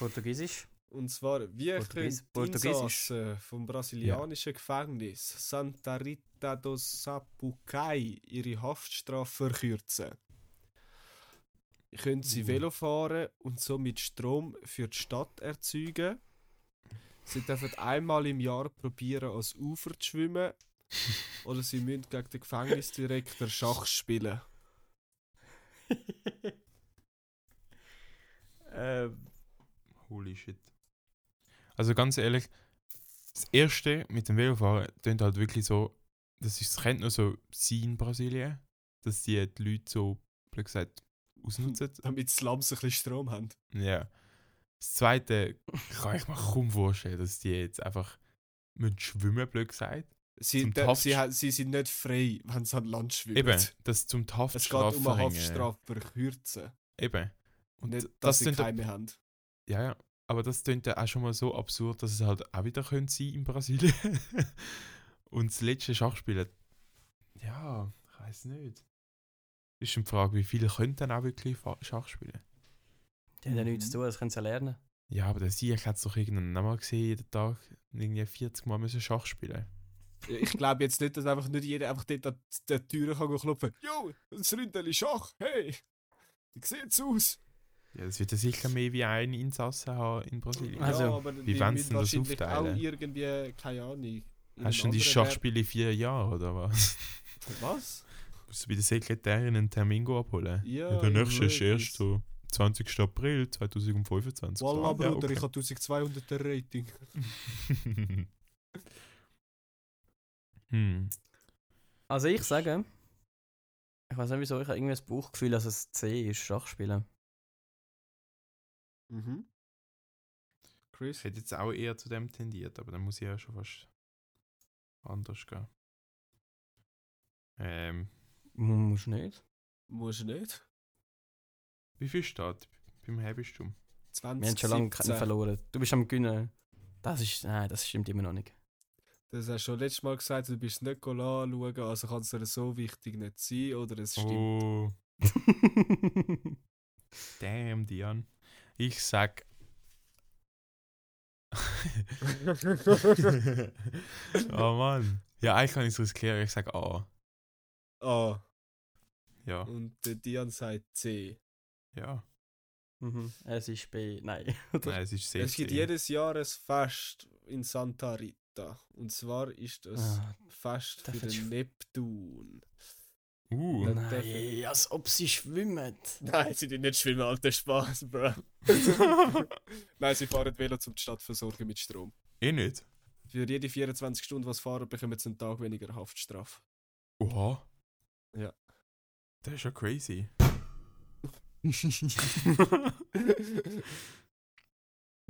S2: Portugiesisch.
S4: Und zwar, wie
S2: Portugies-
S4: können die
S2: Portugiesisch.
S4: Insassen vom brasilianischen Gefängnis Santa Rita do Sapucaí ihre Haftstrafe verkürzen? Können sie
S3: Uh.
S4: Velo fahren und somit Strom für die Stadt erzeugen? Sie dürfen einmal im Jahr probieren, ans Ufer zu schwimmen. Oder sie müssen gegen den Gefängnisdirektor Schach spielen.
S2: Ähm,
S3: Holy shit. Also ganz ehrlich, das erste mit dem Velofahren tönt halt wirklich so, das ist, das kennt nur so sein in Brasilien, dass die, die Leute so, blöd gesagt, ausnutzen.
S4: Damit die Slums ein bisschen Strom haben.
S3: Ja. Das zweite kann ich mir kaum vorstellen, dass die jetzt einfach müssen schwimmen, blöd gesagt.
S4: Sie,
S3: Zum
S4: dö-
S3: Haft-
S4: sie, ha- sie sind nicht frei, wenn sie an Land schwimmen.
S3: Eben, das zum
S4: Es geht um
S3: Haftstrafe
S4: eine
S3: verhängen.
S4: Haftstrafe verkürzen.
S3: Eben. Und
S4: Nicht, dass
S3: das halt
S4: sie
S3: sind
S4: keine haben.
S3: Ja, ja. Aber das klingt ja auch schon mal so absurd, dass es halt auch wieder könnte sein in Brasilien. Und das letzte Schachspielen. Ja, ich weiß nicht. Ist schon die Frage, wie viele können dann auch wirklich Fa- Schach spielen?
S2: Die haben ja nichts zu tun, das können sie ja lernen.
S3: Ja, aber der Sieg hat es doch irgendwann einmal gesehen, jeden Tag irgendwie 40 Mal müssen Schach spielen.
S4: Ich glaube jetzt nicht, dass einfach nicht jeder einfach dort an der Tür kann klopfen kann. Jo, ein Ründeli Schach, hey! Wie sieht's aus?
S3: Ja, das wird ja sicher mehr wie ein Insassen haben in Brasilien.
S2: Also,
S4: aber
S3: wie wollen sie
S4: müssen
S3: denn das
S4: wahrscheinlich
S3: aufteilen?
S4: auch irgendwie, keine Ahnung. in
S3: Hast du schon
S4: einem
S3: die
S4: anderen
S3: Schachspiele in vier Jahren, oder was?
S4: Wert- Was?
S3: Musst du bei der Sekretärin einen Termin go abholen?
S4: Ja,
S3: der nächste ist
S4: ich weiß.
S3: erst so 20. April 2025.
S4: Wallah,
S3: Ah, ja,
S4: Bruder,
S3: okay.
S4: ich habe 1200er Rating.
S3: hm.
S2: Also ich sage, ich weiß nicht wieso, ich habe irgendwie das Bauchgefühl, dass es C ist, Schachspielen.
S4: Mhm.
S3: Ich
S4: Chris?
S3: hätte jetzt auch eher zu dem tendiert, aber dann muss ich ja schon fast anders gehen. Ähm,
S2: M- Musst du nicht.
S4: Musst du nicht.
S3: wie viel steht beim Herbistum?
S4: 20,
S2: Wir haben schon lange keinen verloren. Du bist am Gewinnen. Das ist, nein, das stimmt immer noch nicht.
S4: Das hast du schon letztes Mal gesagt, du bist nicht anschauen, also kann es dir so wichtig nicht sein, oder es stimmt.
S3: Oh, damn, Dian. Ich sag. oh Mann. Ja, eigentlich kann ich es riskieren. Ich sag A. Oh.
S4: Ah,
S3: Ja,
S4: und der Dian sagt C.
S3: ja.
S2: Mhm. es ist B. Nein.
S3: Nein, es ist sehr.
S4: Es gibt jedes Jahr ein Fest in Santa Rita. Und zwar ist das
S2: Ah,
S4: Fest
S2: darf
S4: für
S2: ich-
S4: den Neptun.
S3: Uh.
S2: nein, als ob sie schwimmen.
S4: Nein, sie sind nicht schwimmen, alter Spaß, bro. Nein, sie fahren Velo zum die Stadt versorgen mit Strom.
S3: eh nicht.
S4: Für jede 24 Stunden, was sie fahren, bekommen sie einen Tag weniger Haftstrafe.
S3: Oha.
S4: Ja.
S3: Das ist ja crazy.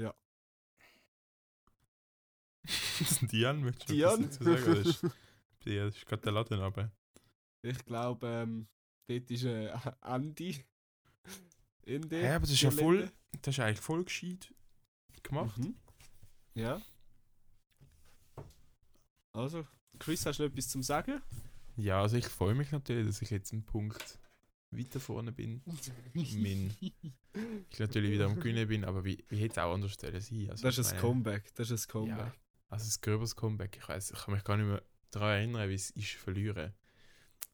S3: Dian, möchtest du
S4: Dian?
S3: etwas dazu sagen? Das ist, ja, das ist gerade der Laden aber.
S4: Ich glaube, ähm, dort ist äh, Andy. In der
S3: Hä, aber das ist ja voll-
S4: Toilette.
S3: Das ist eigentlich voll gescheit gemacht.
S4: Mhm. Ja. Also, Chris, hast du noch etwas zum Sagen?
S3: Ja, also ich freue mich natürlich, dass ich jetzt einen Punkt weiter vorne bin. Min. Ich natürlich wieder am Gewinnen bin, aber wie, wie hätte es auch anders stellen sein? Also
S4: Das
S3: ich
S4: ist ein
S3: meine-
S4: Comeback. Das ist ein Comeback.
S3: Also das gröberes Comeback. Ich, weiss, ich kann mich gar nicht mehr daran erinnern, wie es ist, verlieren.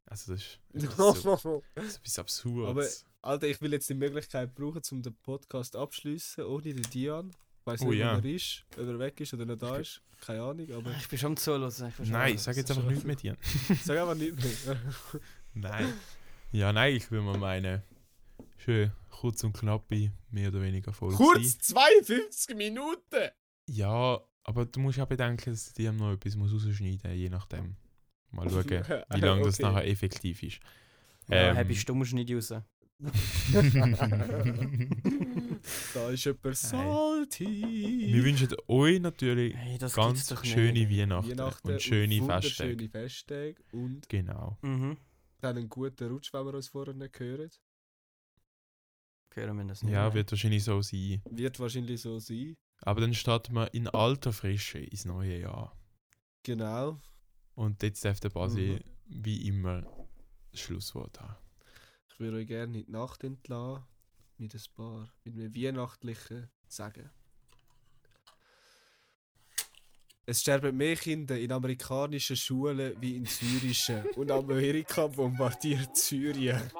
S3: Also das ist wirklich so, so etwas Absurdes.
S4: Alter, ich will jetzt die Möglichkeit brauchen, um den Podcast abschließen, ohne den Dian. Ich weiß
S3: Oh
S4: nicht,
S3: ja.
S4: wo er ist, ob er weg ist oder nicht da ist. Keine Ahnung, aber
S2: Ah, Ich bin schon am Zuhören. ich bin schon am Zuhören.
S3: nein, sag jetzt einfach nichts mit dir.
S4: sag einfach nicht mehr.
S3: Nein. Ja, nein, ich will mal meinen. Schön, kurz und knapp, bin, mehr oder weniger voll.
S4: Kurz 52 Minuten!
S3: Ja, aber du musst auch bedenken, dass die noch etwas muss rausschneiden muss, je nachdem. Mal schauen, wie lange das
S4: Okay.
S3: nachher effektiv ist.
S2: Ja,
S3: Ähm.
S2: hab ich stumm nicht raus.
S4: Da ist jemand
S3: Wir
S4: salty!
S3: wünschen euch natürlich
S2: Hey, das gibt's
S3: ganz
S2: doch nicht.
S3: schöne Weihnachten, und schöne Festtage.
S4: wunderschöne Festtage und
S3: Genau.
S2: Mhm.
S4: dann einen guten Rutsch, wenn wir uns vorher nicht hören.
S2: Hören wir das nicht.
S3: Ja,
S2: mehr.
S3: wird wahrscheinlich so sein.
S4: Wird wahrscheinlich so sein.
S3: Aber dann starten wir in alter Frische ins neue Jahr.
S4: Genau.
S3: Und jetzt darf der Basi
S2: Mhm.
S3: wie immer das Schlusswort haben.
S4: Ich würde euch gerne in die Nacht entlassen mit ein paar, mit einem weihnachtlichen Sagen. Es sterben mehr Kinder in amerikanischen Schulen wie in syrischen und Amerika bombardiert Syrien.